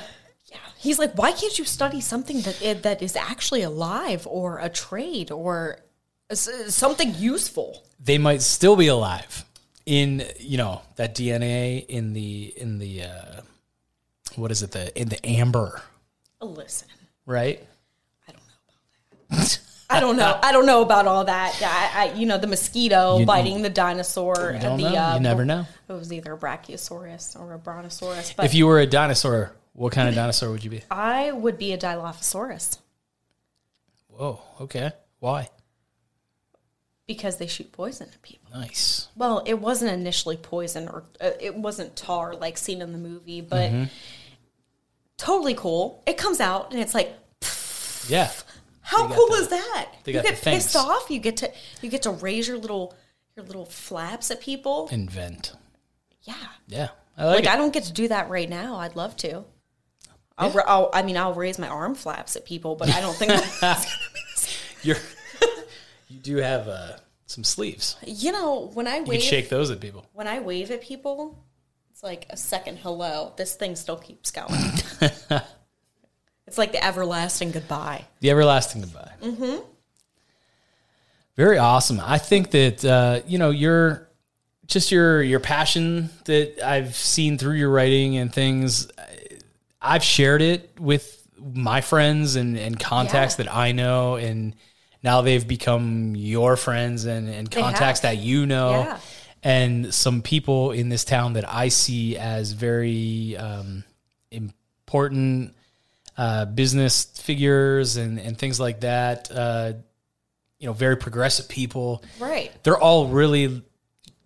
D: he's like, why can't you study something that i- that is actually alive or a trade or s- something useful?
A: they might still be alive in you know that DNA in the in the uh, what is it the in the amber
D: Listen,
A: right?
D: I don't know about that. I don't know. I don't know about all that. I, I you know, the mosquito biting the dinosaur.
A: You don't
D: the,
A: know.
D: uh,
A: you never know.
D: It was either a Brachiosaurus or a Brontosaurus, but
A: If you were a dinosaur, what kind of dinosaur would you be?
D: I would be a Dilophosaurus
A: Whoa. Okay. Why?
D: because they shoot poison at people.
A: Nice.
D: Well, it wasn't initially poison or uh, it wasn't tar like seen in the movie, but
A: Mm-hmm.
D: totally cool. It comes out and it's like,
A: Yeah.
D: how cool is that?
A: they
D: you
A: got
D: get
A: the things.
D: pissed off. You get to you get to raise your little your little flaps at people.
A: Invent.
D: yeah,
A: Yeah. I like,
D: like
A: it.
D: I don't get to do that right now. I'd love to. I'll, ra- I'll, I mean, I'll raise my arm flaps at people, but I don't think.
A: You're, you do have uh, some sleeves.
D: you know, when I
A: You can
D: wave,
A: shake those at people.
D: when I wave at people, it's like a second hello. This thing still keeps going. it's like the everlasting goodbye.
A: The everlasting goodbye. Mm-hmm. Very awesome. I think that uh, you know your just your your passion that I've seen through your writing and things. I- I've shared it with my friends and and contacts
D: Yeah.
A: that I know and. Now they've become your friends and, and contacts that you know,
D: Yeah.
A: and some people in this town that I see as very um, important uh, business figures and, and things like that. Uh, you know, very progressive people.
D: Right.
A: They're all really,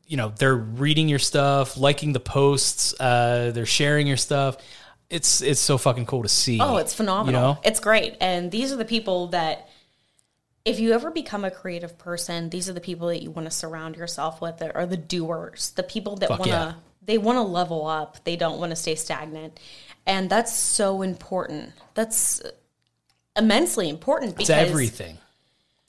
A: you know, they're reading your stuff, liking the posts, uh, they're sharing your stuff. It's it's so fucking cool to see.
D: Oh, it's phenomenal.
A: You know,
D: It's great. And these are the people that if you ever become a creative person, these are the people that you want to surround yourself with that are the doers, the people that
A: Fuck
D: want to
A: yeah.
D: they want to level up. They don't want to stay stagnant. And that's so important. That's immensely important
A: it's
D: because
A: everything.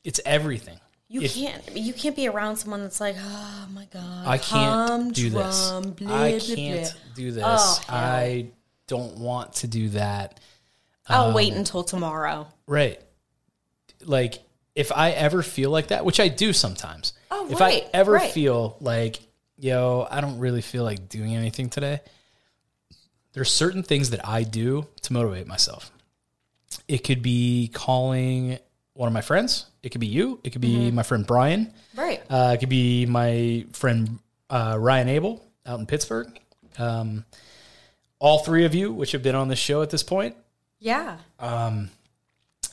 A: It's everything.
D: You
A: If-
D: can't. You can't be around someone that's like, oh my god,
A: I can't do this.
D: humdrum, blah,
A: I
D: blah,
A: can't
D: blah."
A: do this.
D: Oh, hell.
A: I don't want to do that. um,
D: I'll wait until tomorrow.
A: Right. Like if I ever feel like that, which I do sometimes.
D: Oh,
A: if
D: right,
A: I ever
D: right.
A: feel like yo, I don't really feel like doing anything today, there's certain things that I do to motivate myself. It could be calling one of my friends. It could be you. It could be
D: Mm-hmm.
A: my friend Brian.
D: Right.
A: Uh, it could be my friend uh, Ryan Abel out in Pittsburgh. Um, all three of you, which have been on this show at this point,
D: yeah.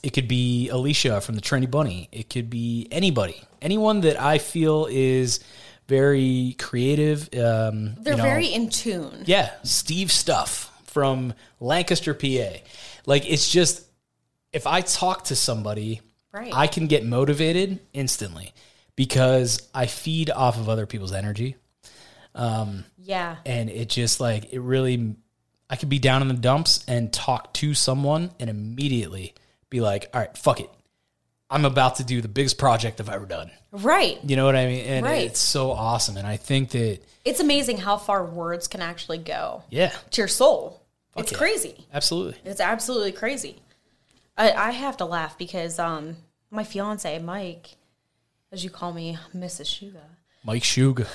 A: it could be Alicia from the Trendy Bunny. It could be anybody, anyone that I feel is very creative. Um,
D: They're
A: you know,
D: very in tune.
A: yeah, Steve Stuff from Lancaster, PA. Like it's just if I talk to somebody,
D: Right.
A: I can get motivated instantly because I feed off of other people's energy,
D: Yeah.
A: and it just like it really. I could be down in the dumps and talk to someone and immediately be like, "All right, fuck it." I'm about to do the biggest project I've ever done.
D: Right.
A: You know what I mean? And
D: Right.
A: it's so awesome. And I think that,
D: It's amazing how far words can actually go
A: yeah,
D: to your soul. it's
A: yeah.
D: crazy.
A: absolutely.
D: It's absolutely crazy. I, I have to laugh because um, my fiance Mike, as you call me, Mrs. Sugar.
A: Mike Shuga.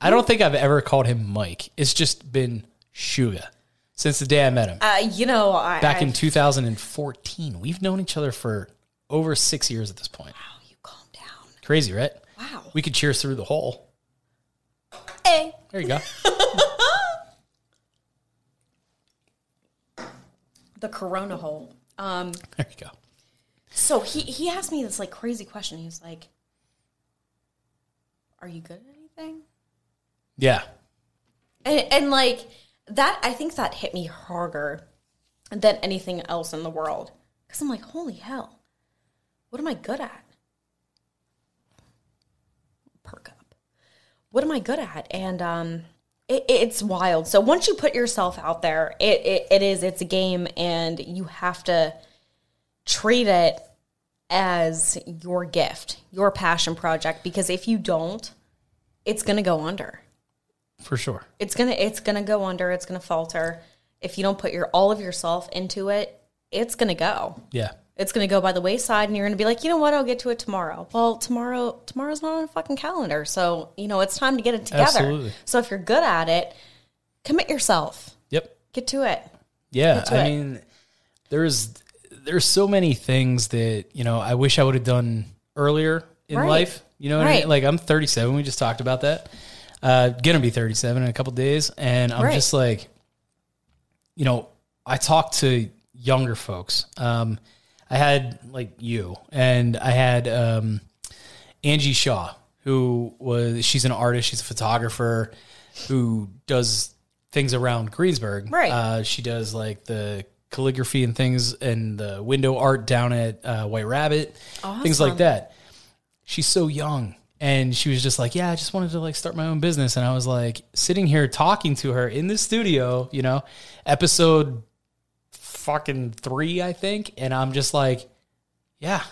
A: I don't think I've ever called him Mike. It's just been Shuga since the day I met him
D: Uh, you know, I,
A: back
D: I-
A: in 2014. We've known each other for over six years at this point.
D: Oh, you calm down.
A: Crazy, right?
D: Wow.
A: We could cheers through the hole.
D: Hey.
A: There you go.
D: the corona hole. Um,
A: There you go.
D: so he he asked me this like crazy question. He was like, "Are you good at anything?"
A: Yeah.
D: And, and like that, I think that hit me harder than anything else in the world. Because I'm like, holy hell, what am I good at? Perk up. What am I good at? And um, it, it's wild. So once you put yourself out there, it, it, it is, it's a game, and you have to treat it as your gift, your passion project. Because if you don't, it's going to go under
A: For sure.
D: it's gonna it's gonna go under it's gonna falter if you don't put your all of yourself into it it's gonna go
A: Yeah.
D: it's gonna go by the wayside and you're gonna be like you know what i'll get to it tomorrow well tomorrow tomorrow's not on a fucking calendar so you know it's time to get it together
A: Absolutely.
D: so if you're good at it commit yourself
A: Yep.
D: get to it
A: Yeah,
D: right.
A: I mean, there's there's so many things that you know I wish I would have done earlier in
D: Right.
A: life. You know what I
D: Right.
A: mean? Like I'm 37. We just talked about that. Uh, gonna be 37 in a couple days, and I'm
D: Right.
A: just like, you know, I talk to younger folks. Um, I had like you, and I had um, Angie Shaw, who was she's an artist, she's a photographer, who does things around Greensburg.
D: Right.
A: Uh, she does like the calligraphy and things, and the window art down at uh, White Rabbit, things like that. She's so young. And she was just like, "Yeah, I just wanted to like start my own business." And I was like, sitting here talking to her in the studio, you know, episode fucking three, I think. And I'm just like, yeah,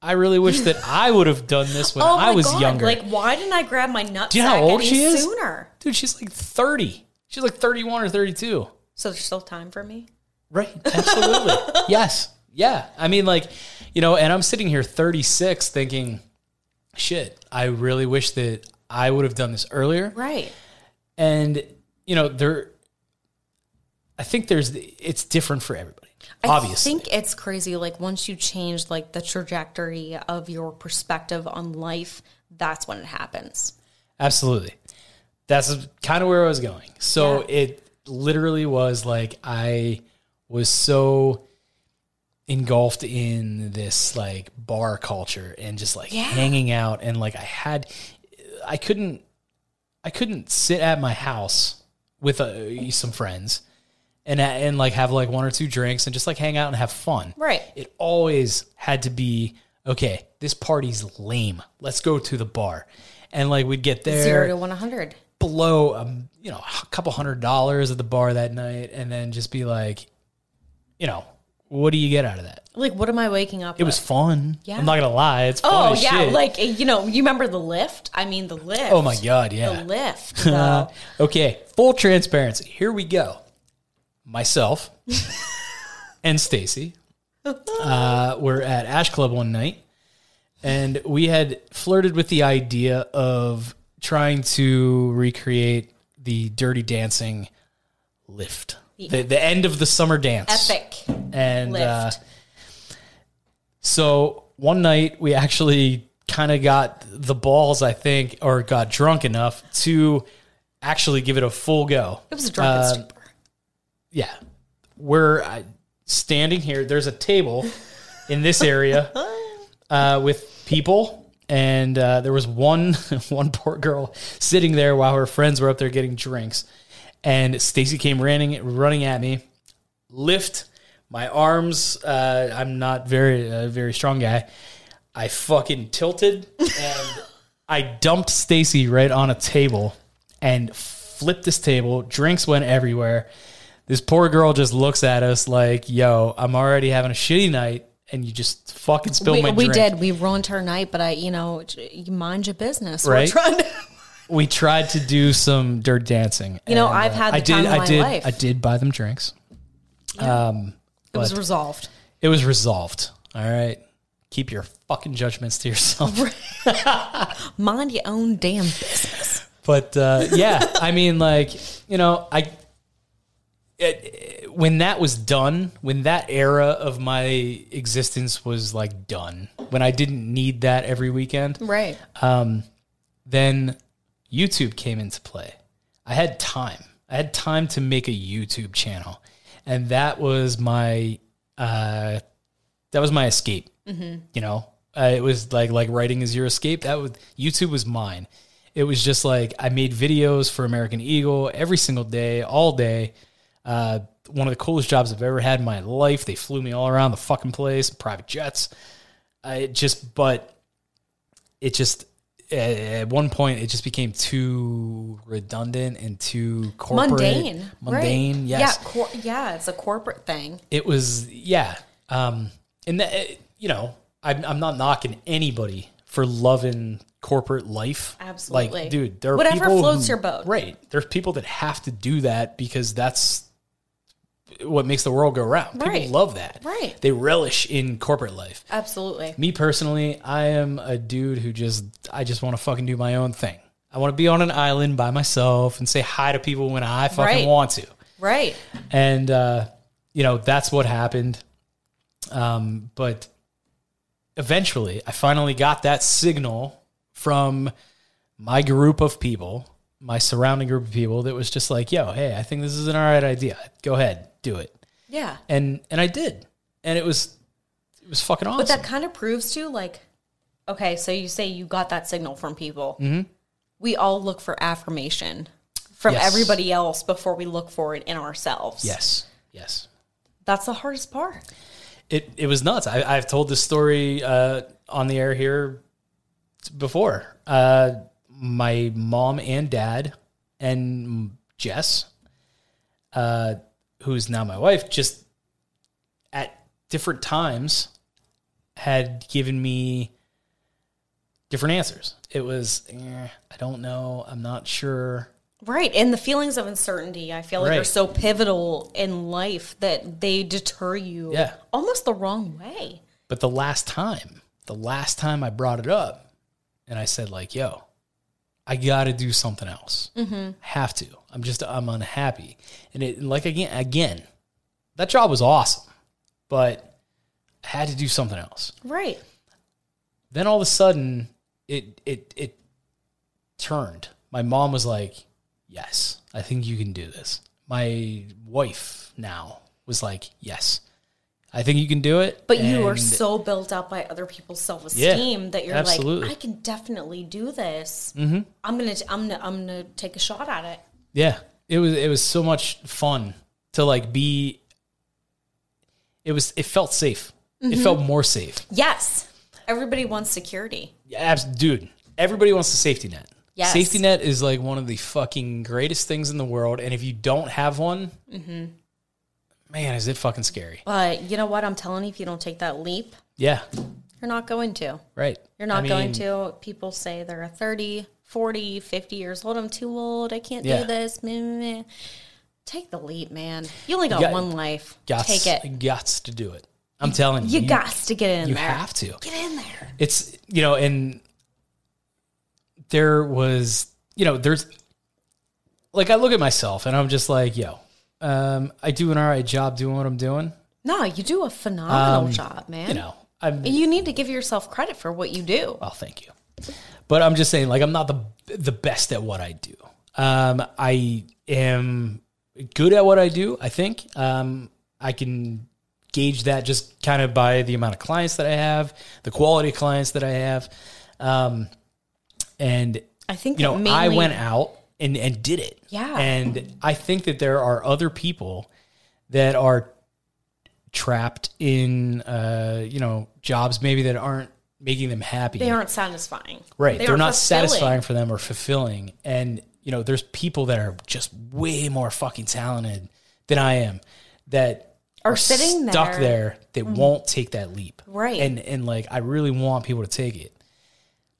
A: I really wish that I would have done this when I
D: Oh my
A: was
D: God,
A: younger.
D: like why didn't i grab my nut
A: you know how old
D: any
A: she is?
D: sooner
A: Dude, she's like 30. She's like 31 or 32.
D: so there's still time for me
A: Right. Absolutely. yes. Yeah. I mean, like, you know, and I'm sitting here 36 thinking, shit, I really wish that I would have done this earlier.
D: right
A: And, you know, there, I think there's, it's different for everybody. obviously.
D: I think it's crazy. Like once you change like the trajectory of your perspective on life, that's when it happens.
A: Absolutely. That's kind of where I was going. So it literally was like I was so engulfed in this like bar culture and just like hanging out and like I had I couldn't I couldn't sit at my house with uh some friends and uh, and like have like one or two drinks and just like hang out and have fun.
D: Right.
A: It always had to be okay. This party's lame. Let's go to the bar, and like we'd get there
D: Zero to one hundred.
A: blow um, you know a couple hundred dollars at the bar that night, and then just be like, you know, what do you get out of that?
D: Like what am I waking up?
A: It was fun.
D: Yeah.
A: I'm not gonna lie. It's fun
D: Oh
A: as
D: yeah,
A: shit.
D: like you know, you remember the lift? I mean the lift.
A: oh my god, yeah.
D: the lift. though.
A: Okay, full transparency. Here we go. Myself and Stacy uh, were at Ash Club one night, and we had flirted with the idea of trying to recreate the Dirty Dancing lift, the, the end of the summer dance.
D: Epic.
A: and
D: lift.
A: uh, so one night we actually kind of got the balls, I think, or got drunk enough to actually give it a full go.
D: It was a drunken
A: uh,
D: stupor.
A: Yeah. We're uh, standing here. There's a table in this area uh, with people. And uh, there was one one poor girl sitting there while her friends were up there getting drinks. And Stacy came running running at me, lift my arms. Uh, I'm not very uh, very strong guy. I fucking tilted and I dumped Stacy right on a table and flipped this table. Drinks went everywhere this poor girl just looks at us like, "Yo, I'm already having a shitty night, and you just fucking spilled
D: We,
A: my
D: we
A: drink."
D: did. We ruined her night, but I, you know, j- you mind your business.
A: Right?
D: We're trying to.
A: We tried to do some dirt dancing.
D: You know,
A: and, uh,
D: I've had the
A: I did.
D: time of
A: I
D: my
A: did.
D: life.
A: I did buy them drinks. Um,
D: It was resolved.
A: It was resolved. All right, keep your fucking judgments to yourself.
D: Mind your own damn business.
A: but uh, yeah, I mean, like you know, I it, it- when that was done, when that era of my existence was like done, when I didn't need that every weekend,
D: Right.
A: then YouTube came into play. I had time. I had time to make a YouTube channel, and that was my uh, that was my escape.
D: Mm-hmm.
A: You know, uh, it was like like writing is your escape. That was YouTube was mine. It was just like I made videos for American Eagle every single day, all day. Uh, one of the coolest jobs I've ever had in my life. They flew me all around the fucking place, private jets. I it just, but it just at, at one point it just became too redundant and too corporate,
D: mundane. right.
A: mundane. Yes,
D: Yeah. Cor- yeah. It's a corporate thing.
A: it was yeah um and that eh, you know I'm, I'm not knocking anybody for loving corporate life
D: Absolutely.
A: like dude there are
D: Whatever
A: people
D: floats
A: who-
D: your boat.
A: right there's people that have to do that because that's what makes the world go round
D: Right.
A: people love that
D: Right.
A: they relish in corporate life
D: Absolutely.
A: me personally i am a dude who just i just want to fucking do my own thing i want to be on an island by myself and say hi to people when i fucking
D: Right.
A: want to
D: Right.
A: and uh, you know that's what happened. Um, but eventually, I finally got that signal from my group of people, my surrounding group of people, that was just like, "Yo, hey, I think this is an all right idea. Go ahead, do it."
D: Yeah.
A: And and I did, and it was it was fucking awesome.
D: But that kind of proves to like, okay, so you say you got that signal from people.
A: Mm-hmm.
D: We all look for affirmation from
A: Yes.
D: everybody else before we look for it in ourselves.
A: yes, yes.
D: That's the hardest part.
A: it it was nuts. I, I've told this story uh, on the air here before. Uh, my mom and dad and Jess, uh, who's now my wife, just at different times had given me different answers. It was, eh, I don't know, I'm not sure.
D: Right. And the feelings of uncertainty, I feel like, are
A: Right.
D: so pivotal in life that they deter you
A: Yeah.
D: almost the wrong way.
A: But the last time, the last time I brought it up, and I said like, "Yo, I got to do something else.
D: Mm-hmm.
A: Have to. I'm just I'm unhappy." And it like again, again, that job was awesome, but I had to do something else.
D: Right.
A: Then all of a sudden, it it it turned. My mom was like, "Yes, I think you can do this." My wife now was like, "Yes, I think you can do it."
D: But you are
A: and-
D: so built up by other people's self esteem that you're
A: absolutely.
D: like, I can definitely do this. Mm-hmm. I'm gonna, I'm gonna, I'm gonna take a shot at it.
A: Yeah, it was it was so much fun to like be. It was it felt safe.
D: Mm-hmm.
A: It felt more safe.
D: Yes, everybody wants security.
A: Yeah, abs- dude. Everybody wants a safety net.
D: Yes.
A: Safety net is like one of the fucking greatest things in the world, and if you don't have one,
D: Mm-hmm.
A: man, is it fucking scary?
D: But you know what? I'm telling you, if you don't take that leap,
A: Yeah,
D: you're not going to.
A: right.
D: You're not
A: I mean,
D: going to. People say they're 30, 40, 50 years old. I'm too old. I can't
A: Yeah.
D: do this. Meh, meh, meh. Take the leap, man. You only got
A: got-
D: one life.
A: Gots,
D: Take it.
A: Gots to do it. I'm telling you,
D: You, gots to get in
A: You
D: there.
A: have to.
D: Get in there.
A: it's you know and there was, you know, there's like I look at myself and I'm just like, yo, um, I do an all right job doing what I'm doing.
D: No, you do a phenomenal job, man.
A: Um, You know, I'm
D: And you need to give yourself credit for what you do.
A: well, thank you. But I'm just saying, like, I'm not the the best at what I do. Um, I am good at what I do. I think um, I can gauge that just kind of by the amount of clients that I have, the quality of clients that I have, um, and
D: I think
A: you know,
D: that mainly,
A: I went out and and did it.
D: Yeah.
A: And I think that there are other people that are trapped in uh, you know, jobs maybe that aren't making them happy.
D: They aren't satisfying.
A: right. They are
D: aren't
A: not
D: fulfilling.
A: satisfying for them or fulfilling. And you know, there's people that are just way more fucking talented than I am that
D: Are sitting
A: stuck
D: there. Mm-hmm.
A: there that won't take that leap.
D: Right.
A: And and like I really want people to take it.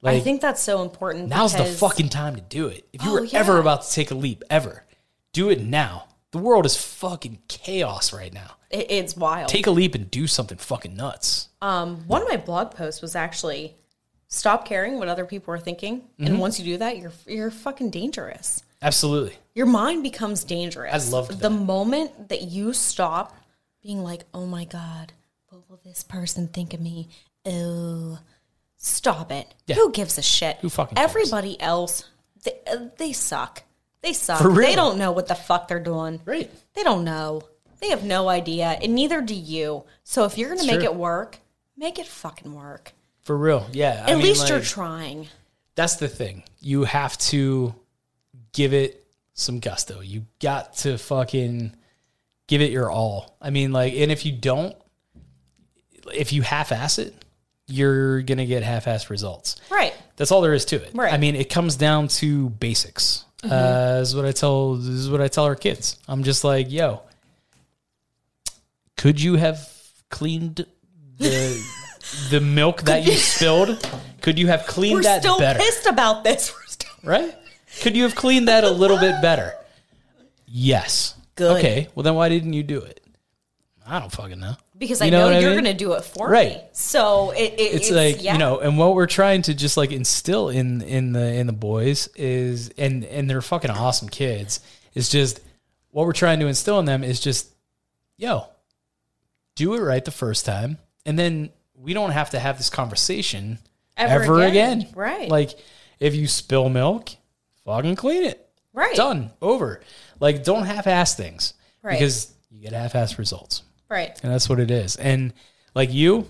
D: I think that's so important.
A: Now's the
D: because-
A: fucking time to do it. If you
D: Oh,
A: were ever
D: yeah.
A: about to take a leap, ever, do it now. The world is fucking chaos right now.
D: It, it's wild.
A: Take a leap and do something fucking nuts.
D: um, one of my blog posts was actually stop caring what other people are thinking,
A: Mm-hmm.
D: and once you do that, you're you're fucking dangerous.
A: Absolutely.
D: Your mind becomes dangerous.
A: I loved that.
D: the moment that you stop being like, "Oh my god, what will this person think of me?" Oh, stop it.
A: Yeah.
D: Who gives a shit?
A: Who fucking cares?
D: everybody else? They, uh, they suck. They suck.
A: For real.
D: They don't know what the fuck they're doing.
A: Right.
D: They don't know. They have no idea, and neither do you. So if you're going to make
A: true.
D: it work, make it fucking work.
A: For real. Yeah.
D: At least you're trying.
A: that's the thing. You have to give it some gusto. You got to fucking give it your all. I mean, like, and if you don't, if you half ass it, you're gonna get half assed results.
D: Right.
A: That's all there is to it.
D: Right. Mm-hmm.
A: I mean, it comes down to basics. Uh, is what I tell this is what I tell our kids. I'm just like, yo, could you have cleaned the the milk that you spilled? Could you have cleaned
D: We're
A: that
D: still
A: better?
D: pissed about this. We're still
A: Right? Could you have cleaned that a little bit better? Yes.
D: Good.
A: Okay. Well, then why didn't you do it? I don't fucking know.
D: because
A: You
D: I
A: know
D: know,
A: what I
D: you're
A: mean?
D: going to do it for me.
A: Right.
D: So it, it,
A: it's like
D: yeah.
A: you know and what we're trying to just like instill in in the in the boys is and and they're fucking awesome kids is just what we're trying to instill in them is just yo do it right the first time and then we don't have to have this conversation
D: Ever
A: ever,
D: again.
A: again.
D: Right.
A: like if you spill milk fucking clean it
D: right,
A: done over like don't half-ass things
D: Right.
A: because you get half-ass results
D: right.
A: and that's what it is. And like you,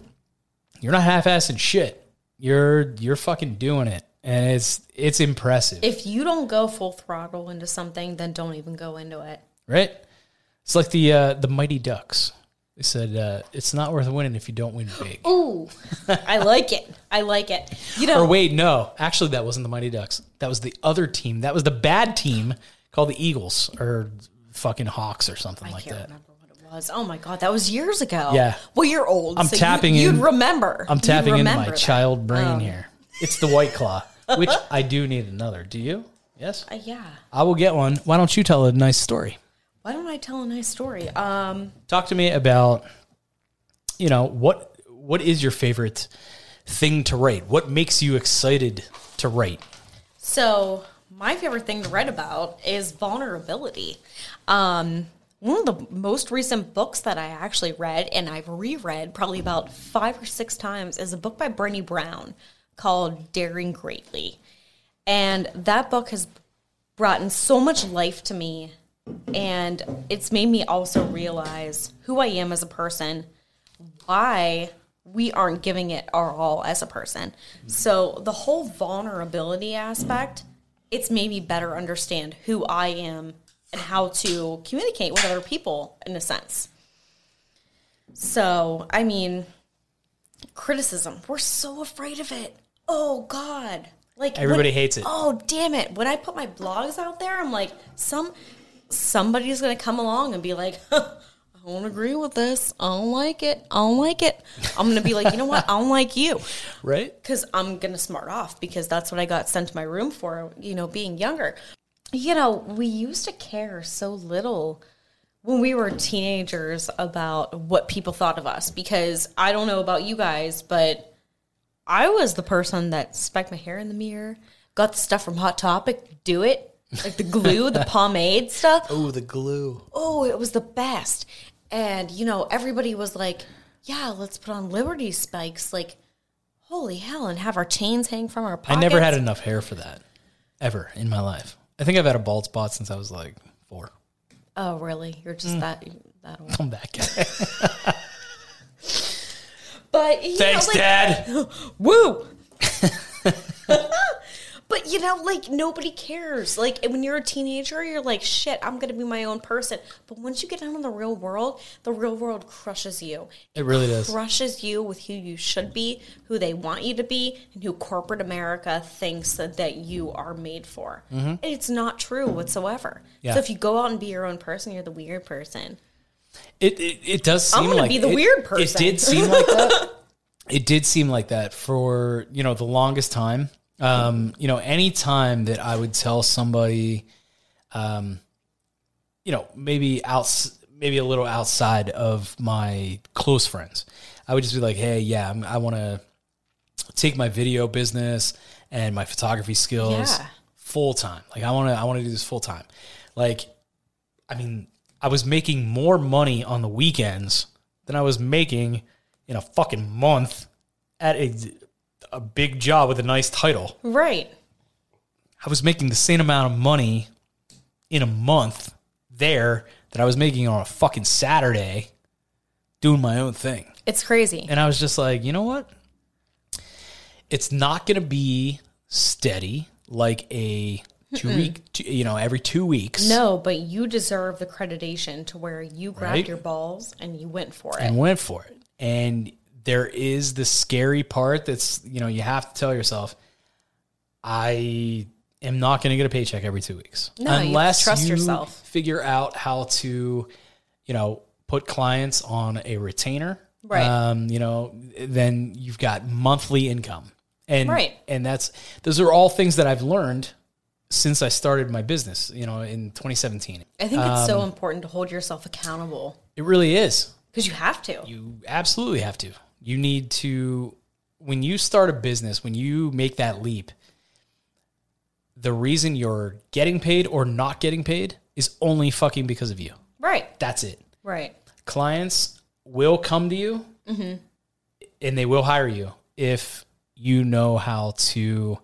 A: you're not half-assing shit. You're you're fucking doing it, and it's it's impressive,
D: If you don't go full throttle into something, then don't even go into it.
A: right? It's like the uh, the Mighty Ducks. They said uh, it's not worth winning if you don't win big.
D: Ooh, I like it. I like it. You know,
A: Or wait, no, actually that wasn't the Mighty Ducks. That was the other team. That was the bad team called the Eagles or fucking Hawks or something
D: I
A: like
D: can't
A: that.
D: remember what it was. Oh my god, that was years ago.
A: Yeah.
D: Well, you're old.
A: I'm
D: so
A: tapping
D: You,
A: in-
D: would remember.
A: I'm
D: You'd
A: tapping into my
D: remember that. Um.
A: child brain here. It's the White Claw, which I do need another. Do you? Yes.
D: Uh, yeah.
A: I will get one. Why don't you tell a nice story?
D: Why don't I tell a nice story? Um,
A: Talk to me about, you know, what what is your favorite thing to write? What makes you excited to write?
D: so my favorite thing to write about is vulnerability. Um, one of the most recent books that I actually read and I've reread probably about five or six times is a book by Brené Brown called Daring Greatly. And that book has brought in so much life to me. And it's made me also realize who I am as a person, why we aren't giving it our all as a person. So the whole vulnerability aspect, it's made me better understand who I am and how to communicate with other people in a sense. So, I mean, criticism, we're so afraid of it. Oh God. Like when-
A: Everybody hates it.
D: Oh damn it. When I put my blogs out there, I'm like some somebody's going to come along and be like, I don't agree with this. I don't like it. I don't like it. I'm gonna be like, you know what? I don't like you
A: Right?
D: because I'm gonna smart off because that's what I got sent to my room for. You know, being younger, you know, we used to care so little when we were teenagers about what people thought of us. Because I don't know about you guys, but I was the person that spiked my hair in the mirror, got the stuff from Hot Topic. Do it. Like the glue, the pomade stuff.
A: Oh, the glue.
D: oh, it was the best. And, you know, everybody was like, yeah, let's put on Liberty spikes. Like, holy hell, and have our chains hang from our
A: I
D: pockets.
A: never had enough hair for that ever in my life. I think I've had a bald spot since I was like four.
D: Oh, really? You're just that. that old.
A: Come back.
D: But, you
A: Thanks,
D: know, like,
A: Dad.
D: Woo! but, you know, like, nobody cares. Like, when you're a teenager, you're like, shit, I'm going to be my own person. But once you get out in the real world, the real world crushes you.
A: It really does.
D: brushes you with who you should be, who they want you to be, and who corporate America thinks that, that you are made for. And it's not true whatsoever.
A: Mm-hmm. Yeah.
D: So if you go out and be your own person, you're the weird person.
A: It it, it does
D: I'm
A: seem
D: gonna
A: like
D: be the
A: it-
D: weird person.
A: It did seem like that. it did seem like that for you know the longest time. Um, you know, any time that I would tell somebody, um, you know, maybe outs maybe a little outside of my close friends, I would just be like, hey, yeah, I'm, I want to take my video business and my photography skills
D: Yeah.
A: full time. Like I want to I want to do this full time. Like I mean, I was making more money on the weekends than I was making in a fucking month at a a big job with a nice title.
D: Right.
A: I was making the same amount of money in a month there that I was making on a fucking Saturday doing my own thing.
D: It's crazy.
A: And I was just like, you know what? It's not going to be steady like a two week, two, you know, every two weeks.
D: no, but you deserve the creditation to where you grabbed
A: Right.
D: your balls and you went for it.
A: and went for it. And there is the scary part that's, you know, you have to tell yourself, I am not going to get a paycheck every two weeks.
D: No, you have to trust yourself.
A: figure out how to, you know, put clients on a retainer.
D: Right.
A: Um, you know, then you've got monthly income. And,
D: Right.
A: and that's, those are all things that I've learned since I started my business, you know, in 2017.
D: I think it's so
A: um,
D: important to hold yourself accountable
A: It really is.
D: because you have to.
A: You absolutely have to. You need to, when you start a business, when you make that leap, the reason you're getting paid or not getting paid is only fucking because of you.
D: right.
A: That's it.
D: Right.
A: Clients will come to you and they will hire you if you know how to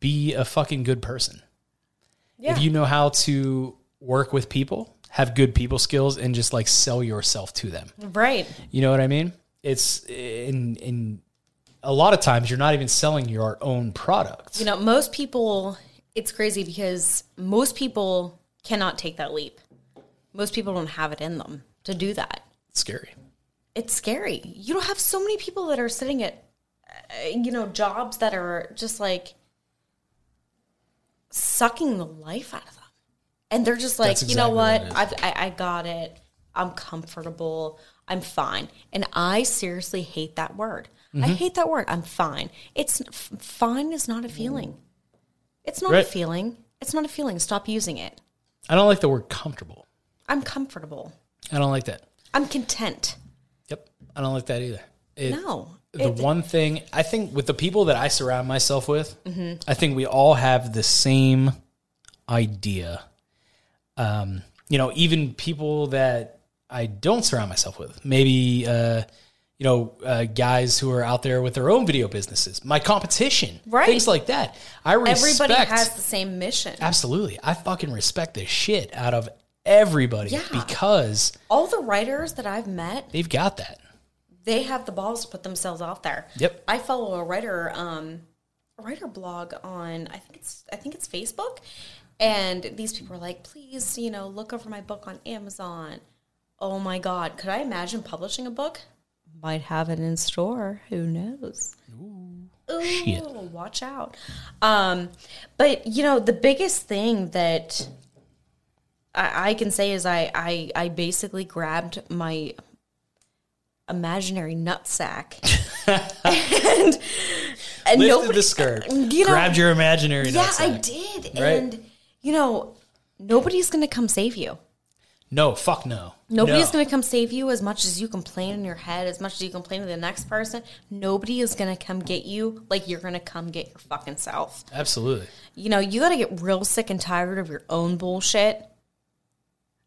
A: be a fucking good person.
D: Yeah.
A: If you know how to work with people, have good people skills, and just like sell yourself to them.
D: right.
A: You know what I mean? It's in in a lot of times you're not even selling your own product.
D: You know, most people, it's crazy because most people cannot take that leap. Most people don't have it in them to do that.
A: It's scary.
D: It's scary. You don't have so many people that are sitting at, uh, you know, jobs that are just like sucking the life out of them. And they're just like,
A: That's
D: you know
A: exactly
D: what?
A: what it is.
D: I've, I, I got it. I'm comfortable. I'm fine. And I seriously hate that word.
A: Mm-hmm.
D: I hate that word. I'm fine. It's f- fine is not a feeling. It's not
A: Right.
D: a feeling. It's not a feeling. Stop using it.
A: I don't like the word comfortable.
D: I'm comfortable.
A: I don't like that.
D: I'm content.
A: Yep. I don't like that either. It-
D: No.
A: The
D: It-
A: one thing I think with the people that I surround myself with,
D: Mm-hmm.
A: I think we all have the same idea. Um, you know, even people that I don't surround myself with, maybe uh, you know, uh, guys who are out there with their own video businesses, my competition,
D: Right.
A: Things like that. I respect.
D: Everybody has the same mission.
A: absolutely. I fucking respect the shit out of everybody
D: Yeah.
A: because
D: All the writers that I've met,
A: they've got that.
D: they have the balls to put themselves out there.
A: Yep.
D: I follow a writer, um, a writer blog on I think it's I think it's Facebook, and these people are like, please, you know, look over my book on Amazon. Oh my God, could I imagine publishing a book? Might have it in store. Who knows? Ooh, watch out. Um, but you know, the biggest thing that I, I can say is I, I I basically grabbed my imaginary nutsack and, and
A: Lifted
D: nobody
A: the skirt,
D: you know-
A: grabbed your imaginary.
D: yeah,
A: nutsack.
D: I did.
A: Right.
D: And you know, nobody's gonna come save you.
A: No, fuck no.
D: Nobody's
A: No.
D: going to come save you as much as you complain in your head, as much as you complain to the next person. Nobody is going to come get you like you're going to come get your fucking self.
A: Absolutely.
D: You know, you got to get real sick and tired of your own bullshit.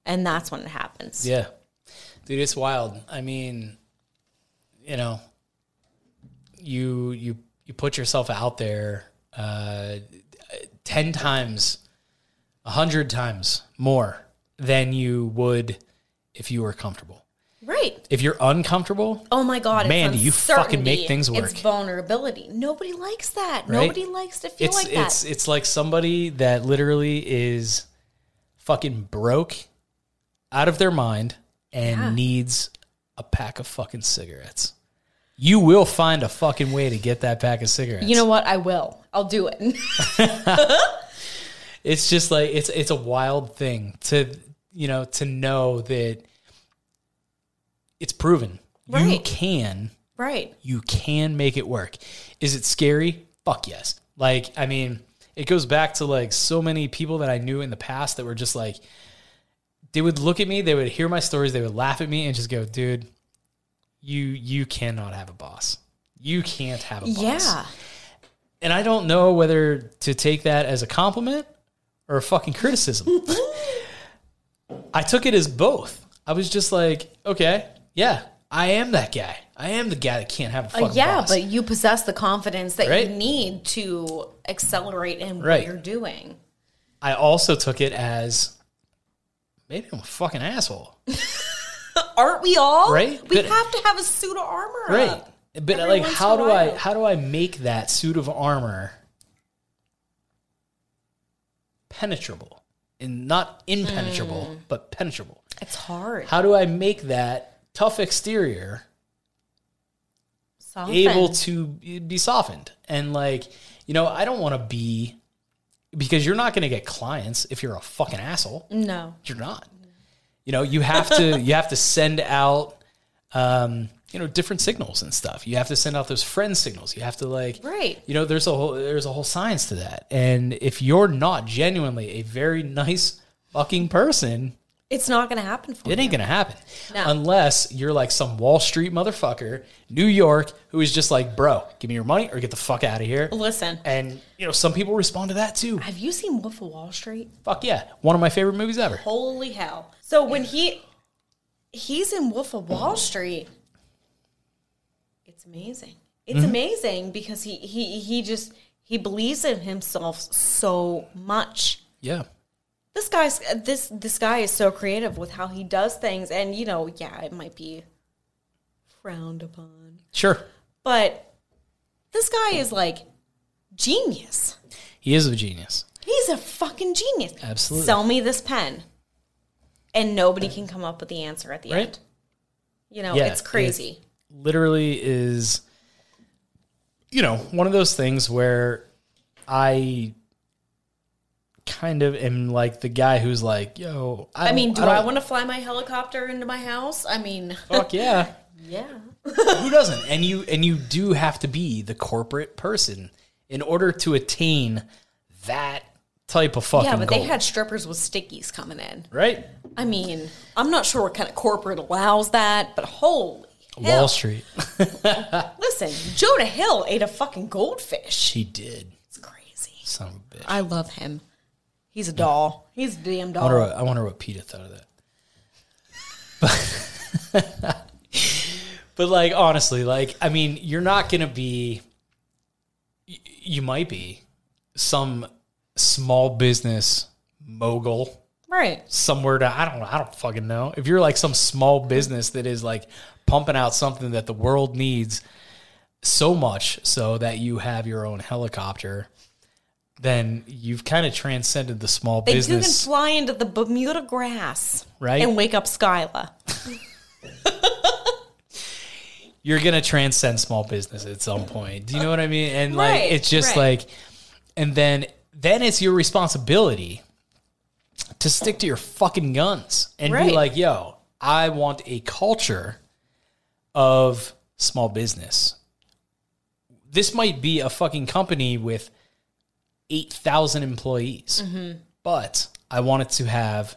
D: And that's when it happens.
A: Yeah. Dude, it's wild. I mean, you know, you you you put yourself out there uh 10 times, 100 times more than you would if you were comfortable.
D: Right.
A: If you're uncomfortable,
D: Oh my God. it's
A: Man, do you fucking make
D: uncertainty.
A: things work.
D: It's vulnerability. Nobody likes that.
A: Right?
D: Nobody likes to feel
A: it's
D: like that.
A: it's it's like somebody that literally is fucking broke out of their mind and needs a pack of fucking cigarettes. You will find a fucking way to get that pack of cigarettes.
D: you know what? I will. I'll do it.
A: it's just like it's it's a wild thing to you know to know that it's proven. You
D: Right.
A: can
D: right.
A: you can make it work. Is it scary? Fuck yes. Like, I mean, it goes back to like so many people that I knew in the past that were just like, they would look at me, they would hear my stories, they would laugh at me and just go, dude, you you cannot have a boss. You can't have a boss.
D: Yeah.
A: And I don't know whether to take that as a compliment or a fucking criticism. I took it as both. I was just like, okay, yeah, I am that guy. I am the guy that can't have a
D: Uh,
A: fucking
D: yeah,
A: boss.
D: but you possess the confidence that
A: Right.
D: you need to accelerate in what
A: Right.
D: you're doing.
A: I also took it as maybe I'm a fucking asshole.
D: Aren't we all?
A: Right?
D: We
A: But-
D: have to have a suit of armor.
A: Right.
D: Up.
A: But
D: Every
A: like
D: once
A: how
D: in a
A: do I
D: while.
A: how do I make that suit of armor penetrable and not impenetrable, but penetrable?
D: It's hard.
A: How do I make that tough exterior
D: Soften.
A: able to be softened? And like, you know, I don't want to be because you're not going to get clients if you're a fucking asshole.
D: No.
A: you're not. You know, you have to you have to send out um, you know, different signals and stuff. You have to send out those friend signals. You have to like
D: Right.
A: you know, there's a whole there's a whole science to that. And if you're not genuinely a very nice fucking person,
D: It's not going to happen for
A: it
D: you.
A: ain't gonna happen.
D: No.
A: Unless you're like some Wall Street motherfucker, New York, who is just like, bro, give me your money or get the fuck out of here.
D: Listen,
A: And you know, some people respond to that too.
D: have you seen Wolf of Wall Street?
A: Fuck yeah. One of my favorite movies ever.
D: Holy hell. So when he he's in Wolf of Wall Street, it's amazing. It's amazing because he he he just he believes in himself so much.
A: Yeah.
D: This guy's this this guy is so creative with how he does things and you know, yeah, it might be frowned upon.
A: Sure.
D: But this guy is like genius.
A: He is a genius.
D: He's a fucking genius.
A: Absolutely.
D: Sell me this pen. And nobody can come up with the answer at the
A: Right?
D: end. You know,
A: Yeah,
D: it's crazy.
A: literally is you know one of those things where i kind of am like the guy who's like yo i,
D: I mean, do I,
A: don't-
D: want to fly my helicopter into my house? I mean,
A: fuck yeah
D: yeah.
A: who doesn't and you and you do have to be the corporate person in order to attain that type of fucking
D: Yeah, but
A: goal
D: they had strippers with stickies coming in.
A: right
D: I mean, I'm not sure what kind of corporate allows that, but holy hell.
A: wall street
D: Listen, Jonah Hill ate a fucking goldfish.
A: she did
D: It's crazy.
A: son of a bitch
D: I love him. He's a doll. He's a damn
A: I
D: doll.
A: wonder, what, I wonder what Peter thought of that. But, but like honestly, like I mean, you're not gonna be. y- You might be some small business mogul
D: Right.
A: somewhere to I don't know I don't fucking know if you're like some small business that is like pumping out something that the world needs so much so that you have your own helicopter then you've kind of transcended the small
D: They do can
A: business
D: fly into the Bermuda grass,
A: Right.
D: and wake up Skyla.
A: you're gonna transcend small business at some point. Do you know what I mean? And like
D: Right,
A: it's just
D: right.
A: like and then then it's your responsibility to stick to your fucking guns and be
D: Right.
A: like, yo, I want a culture of small business. This might be a fucking company with eight thousand employees, but I want it to have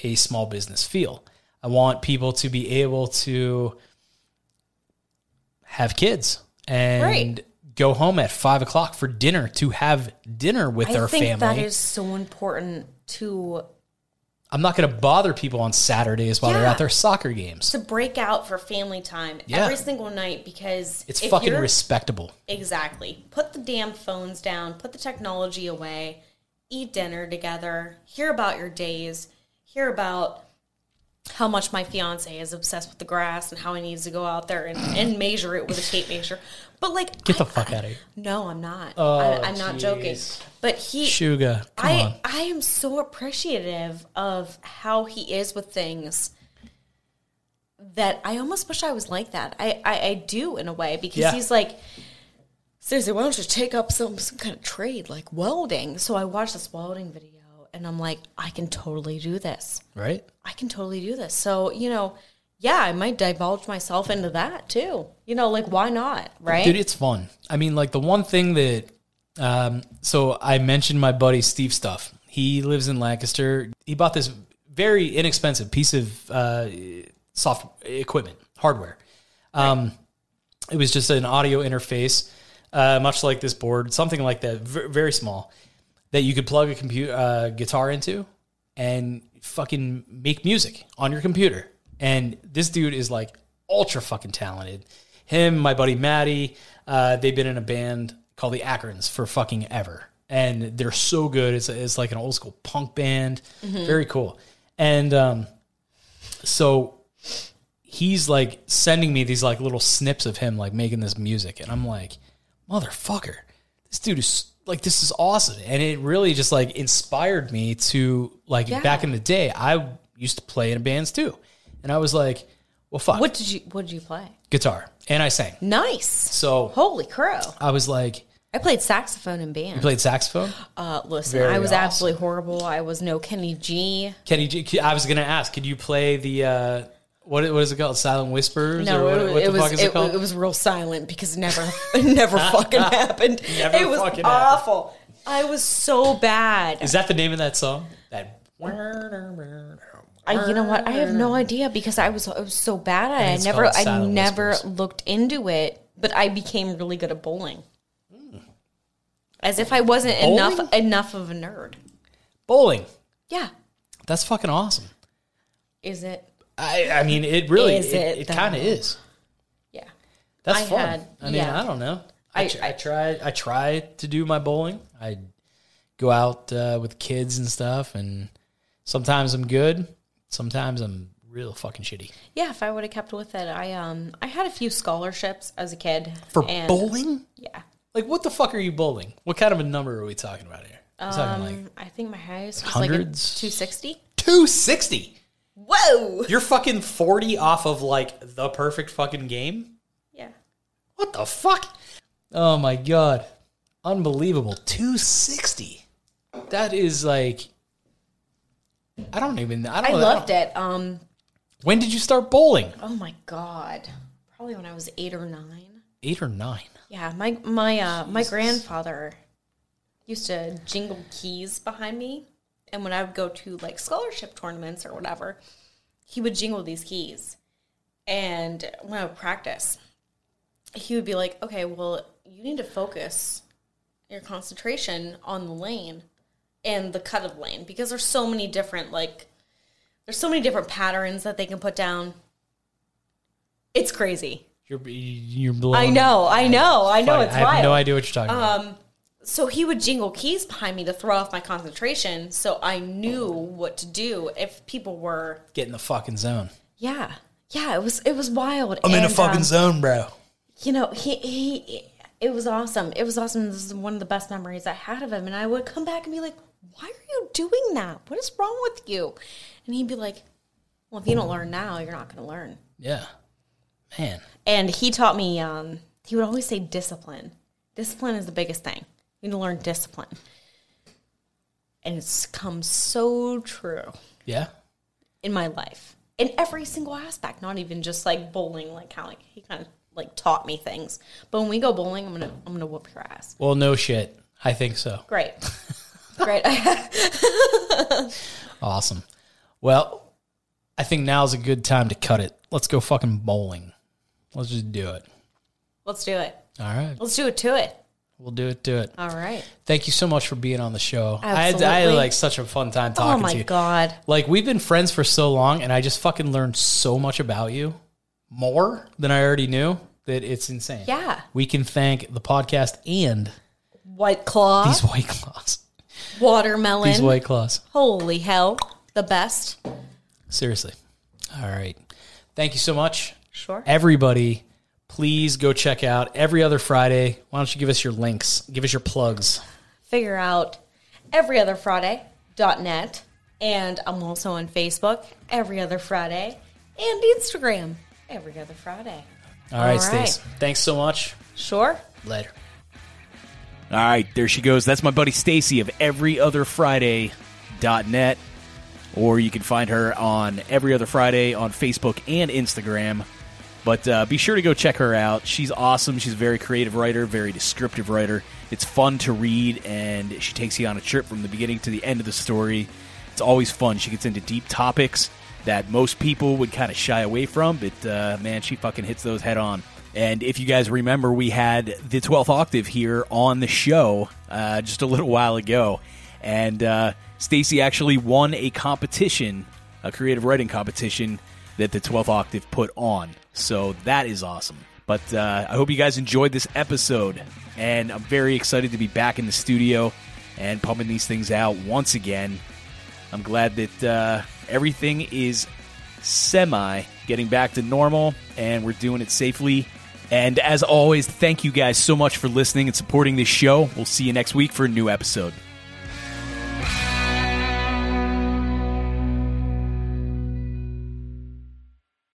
A: a small business feel. I want people to be able to have kids and
D: Right.
A: go home at five o'clock for dinner to have dinner with
D: I
A: their
D: think
A: family.
D: that is so important to
A: I'm not going to bother people on Saturdays while they're
D: Yeah.
A: at their soccer games.
D: to break out for family time
A: Yeah.
D: every single night because
A: It's
D: if
A: fucking
D: you're-
A: respectable.
D: Exactly. Put the damn phones down, put the technology away, eat dinner together, hear about your days, hear about how much my fiance is obsessed with the grass and how he needs to go out there and, and measure it with a tape measure. But like
A: Get the
D: I-
A: fuck out of here.
D: No, I'm not.
A: Oh,
D: I, I'm not joking.
A: jeez.
D: But he
A: Sugar, come
D: I
A: on.
D: I am so appreciative of how he is with things that I almost wish I was like that. I I, I do in a way because
A: Yeah.
D: he's like seriously, why don't you take up some some kind of trade like welding? So I watched this welding video and I'm like, I can totally do this.
A: Right?
D: I can totally do this. So you know. Yeah, I might divulge myself into that too. You know, like why not, right?
A: Dude, it's fun. I mean, like the one thing that, um, so I mentioned my buddy Steve Stuff. He lives in Lancaster. He bought this very inexpensive piece of uh, soft equipment, hardware. Um, It was just an audio interface, uh, much like this board, something like that, v- very small, that you could plug a computer uh, guitar into and fucking make music on your computer. And this dude is like ultra fucking talented. Him, my buddy Maddie, uh, they've been in a band called the Akrons for fucking ever. And they're so good. It's, it's like an old school punk band. Very cool. And um, so he's like sending me these like little snips of him like making this music. And I'm like, motherfucker, this dude is like, this is awesome. And it really just like inspired me to like
D: Yeah.
A: back in the day, I used to play in bands too. And I was like, well, fuck,
D: what did you what did you play?
A: guitar. And I sang.
D: Nice.
A: So
D: Holy crow.
A: I was like,
D: I played saxophone in band.
A: you played saxophone?
D: uh, listen,
A: Very
D: I was
A: awesome.
D: absolutely horrible. I was no Kenny G.
A: Kenny G, I was gonna ask, could you play the uh, what? What is it called? Silent Whispers?
D: No,
A: or what,
D: it, was-
A: what
D: it
A: the
D: was
A: fuck is
D: it,
A: it called?
D: it was real silent because it never it never fucking happened.
A: Never
D: it was
A: fucking happened.
D: awful. I was so bad.
A: is that the name of that song? That
D: I, you know what? I have no idea because I was I was so bad at it.
A: it's
D: I never
A: called
D: I
A: Silent
D: never
A: Whispers.
D: looked into it, but I became really good at bowling. As if I wasn't enough
A: Hmm. Bowling?
D: enough of a nerd.
A: bowling.
D: Yeah.
A: That's fucking awesome.
D: Is it?
A: I, I mean, it really
D: Is
A: it,
D: it,
A: it kind of
D: though?
A: is.
D: Yeah.
A: That's
D: I
A: fun.
D: had-
A: I mean,
D: yeah.
A: I don't know. I,
D: I-
A: tr- I, try. I try to do my bowling. I go out uh, with kids and stuff, and sometimes I'm good. Sometimes I'm real fucking shitty.
D: Yeah, if I would have kept with it, I um I had a few scholarships as a kid
A: For
D: and-
A: bowling?
D: Yeah,
A: Like, what the fuck are you bowling? What kind of a number are we talking about here? We're talking like
D: I think my highest was
A: Hundreds?
D: like two sixty.
A: 260.
D: Whoa!
A: You're fucking 40 off of like the perfect fucking game?
D: Yeah,
A: What the fuck? Oh my god. Unbelievable. 260. That is like I don't even I don't
D: I
A: know.
D: loved it. Um,
A: When did you start bowling?
D: oh my god, probably when I was eight or nine.
A: 8 or 9.
D: Yeah, my my uh, my grandfather used to jingle keys behind me, and when I would go to like scholarship tournaments or whatever, he would jingle these keys. And when I would practice, he would be like, "Okay, well, you need to focus your concentration on the lane and the cut of lane because there's so many different like there's so many different patterns that they can put down. It's crazy.
A: You're you're blowing
D: I know, I know, I know.
A: my-
D: It's
A: I have
D: wild Um,
A: no idea what you're talking about.
D: so he would jingle keys behind me to throw off my concentration so I knew what to do if people were
A: Get in the fucking zone.
D: yeah yeah it was it was wild And, um,
A: zone, bro.
D: you know he he it was awesome it was awesome this is one of the best memories I had of him and I would come back and be like why are you doing that what is wrong with you and he'd be like well if you don't learn now you're not going to learn
A: Yeah. Man.
D: and he taught me um, he would always say discipline discipline is the biggest thing you need to learn discipline and it's come so true
A: Yeah.
D: in my life in every single aspect not even just like bowling like how like he kind of like taught me things but when we go bowling i'm gonna i'm gonna whoop your ass
A: Well, no shit. I think so.
D: great great
A: Awesome. Well, I think now's a good time to cut it. Let's go fucking bowling. Let's just do it.
D: Let's do it.
A: All right.
D: Let's do it to it.
A: We'll do it. Do it.
D: All right.
A: Thank you so much for being on the show. I had, I had
D: Absolutely.
A: like such a fun time
D: Oh
A: talking to
D: my
A: you.
D: god.
A: Like we've been friends for so long, and I just fucking learned so much about you, more than I already knew. That it's insane.
D: Yeah.
A: We can thank the podcast and
D: White claw,
A: these white claws.
D: watermelon.
A: These white claws.
D: Holy hell. The best.
A: Seriously. All right. Thank you so much.
D: Sure.
A: Everybody, please go check out every other Friday. Why don't you give us your links? Give us your plugs.
D: Figure out everyotherfriday.net. And I'm also on Facebook every other Friday and Instagram every other Friday.
A: All right,
D: All right.
A: Stace. Thanks so much.
D: Sure.
A: Later.
E: All right, there she goes. That's my buddy Stacy of everyotherfriday.net. Or you can find her on Every Other Friday on Facebook and Instagram. But uh, be sure to go check her out. She's awesome. She's a very creative writer, very descriptive writer. It's fun to read, and she takes you on a trip from the beginning to the end of the story. It's always fun. She gets into deep topics that most people would kind of shy away from, but uh, man, she fucking hits those head on. And if you guys remember, we had the 12th Octave here on the show uh, just a little while ago, and uh, Stacy actually won a competition, a creative writing competition that the 12th octave put on. So that is awesome. But uh, I hope you guys enjoyed this episode, and I'm very excited to be back in the studio and pumping these things out once again. I'm glad that uh, everything is semi getting back to normal and we're doing it safely. And as always, thank you guys so much for listening and supporting this show. We'll see you next week for a new episode.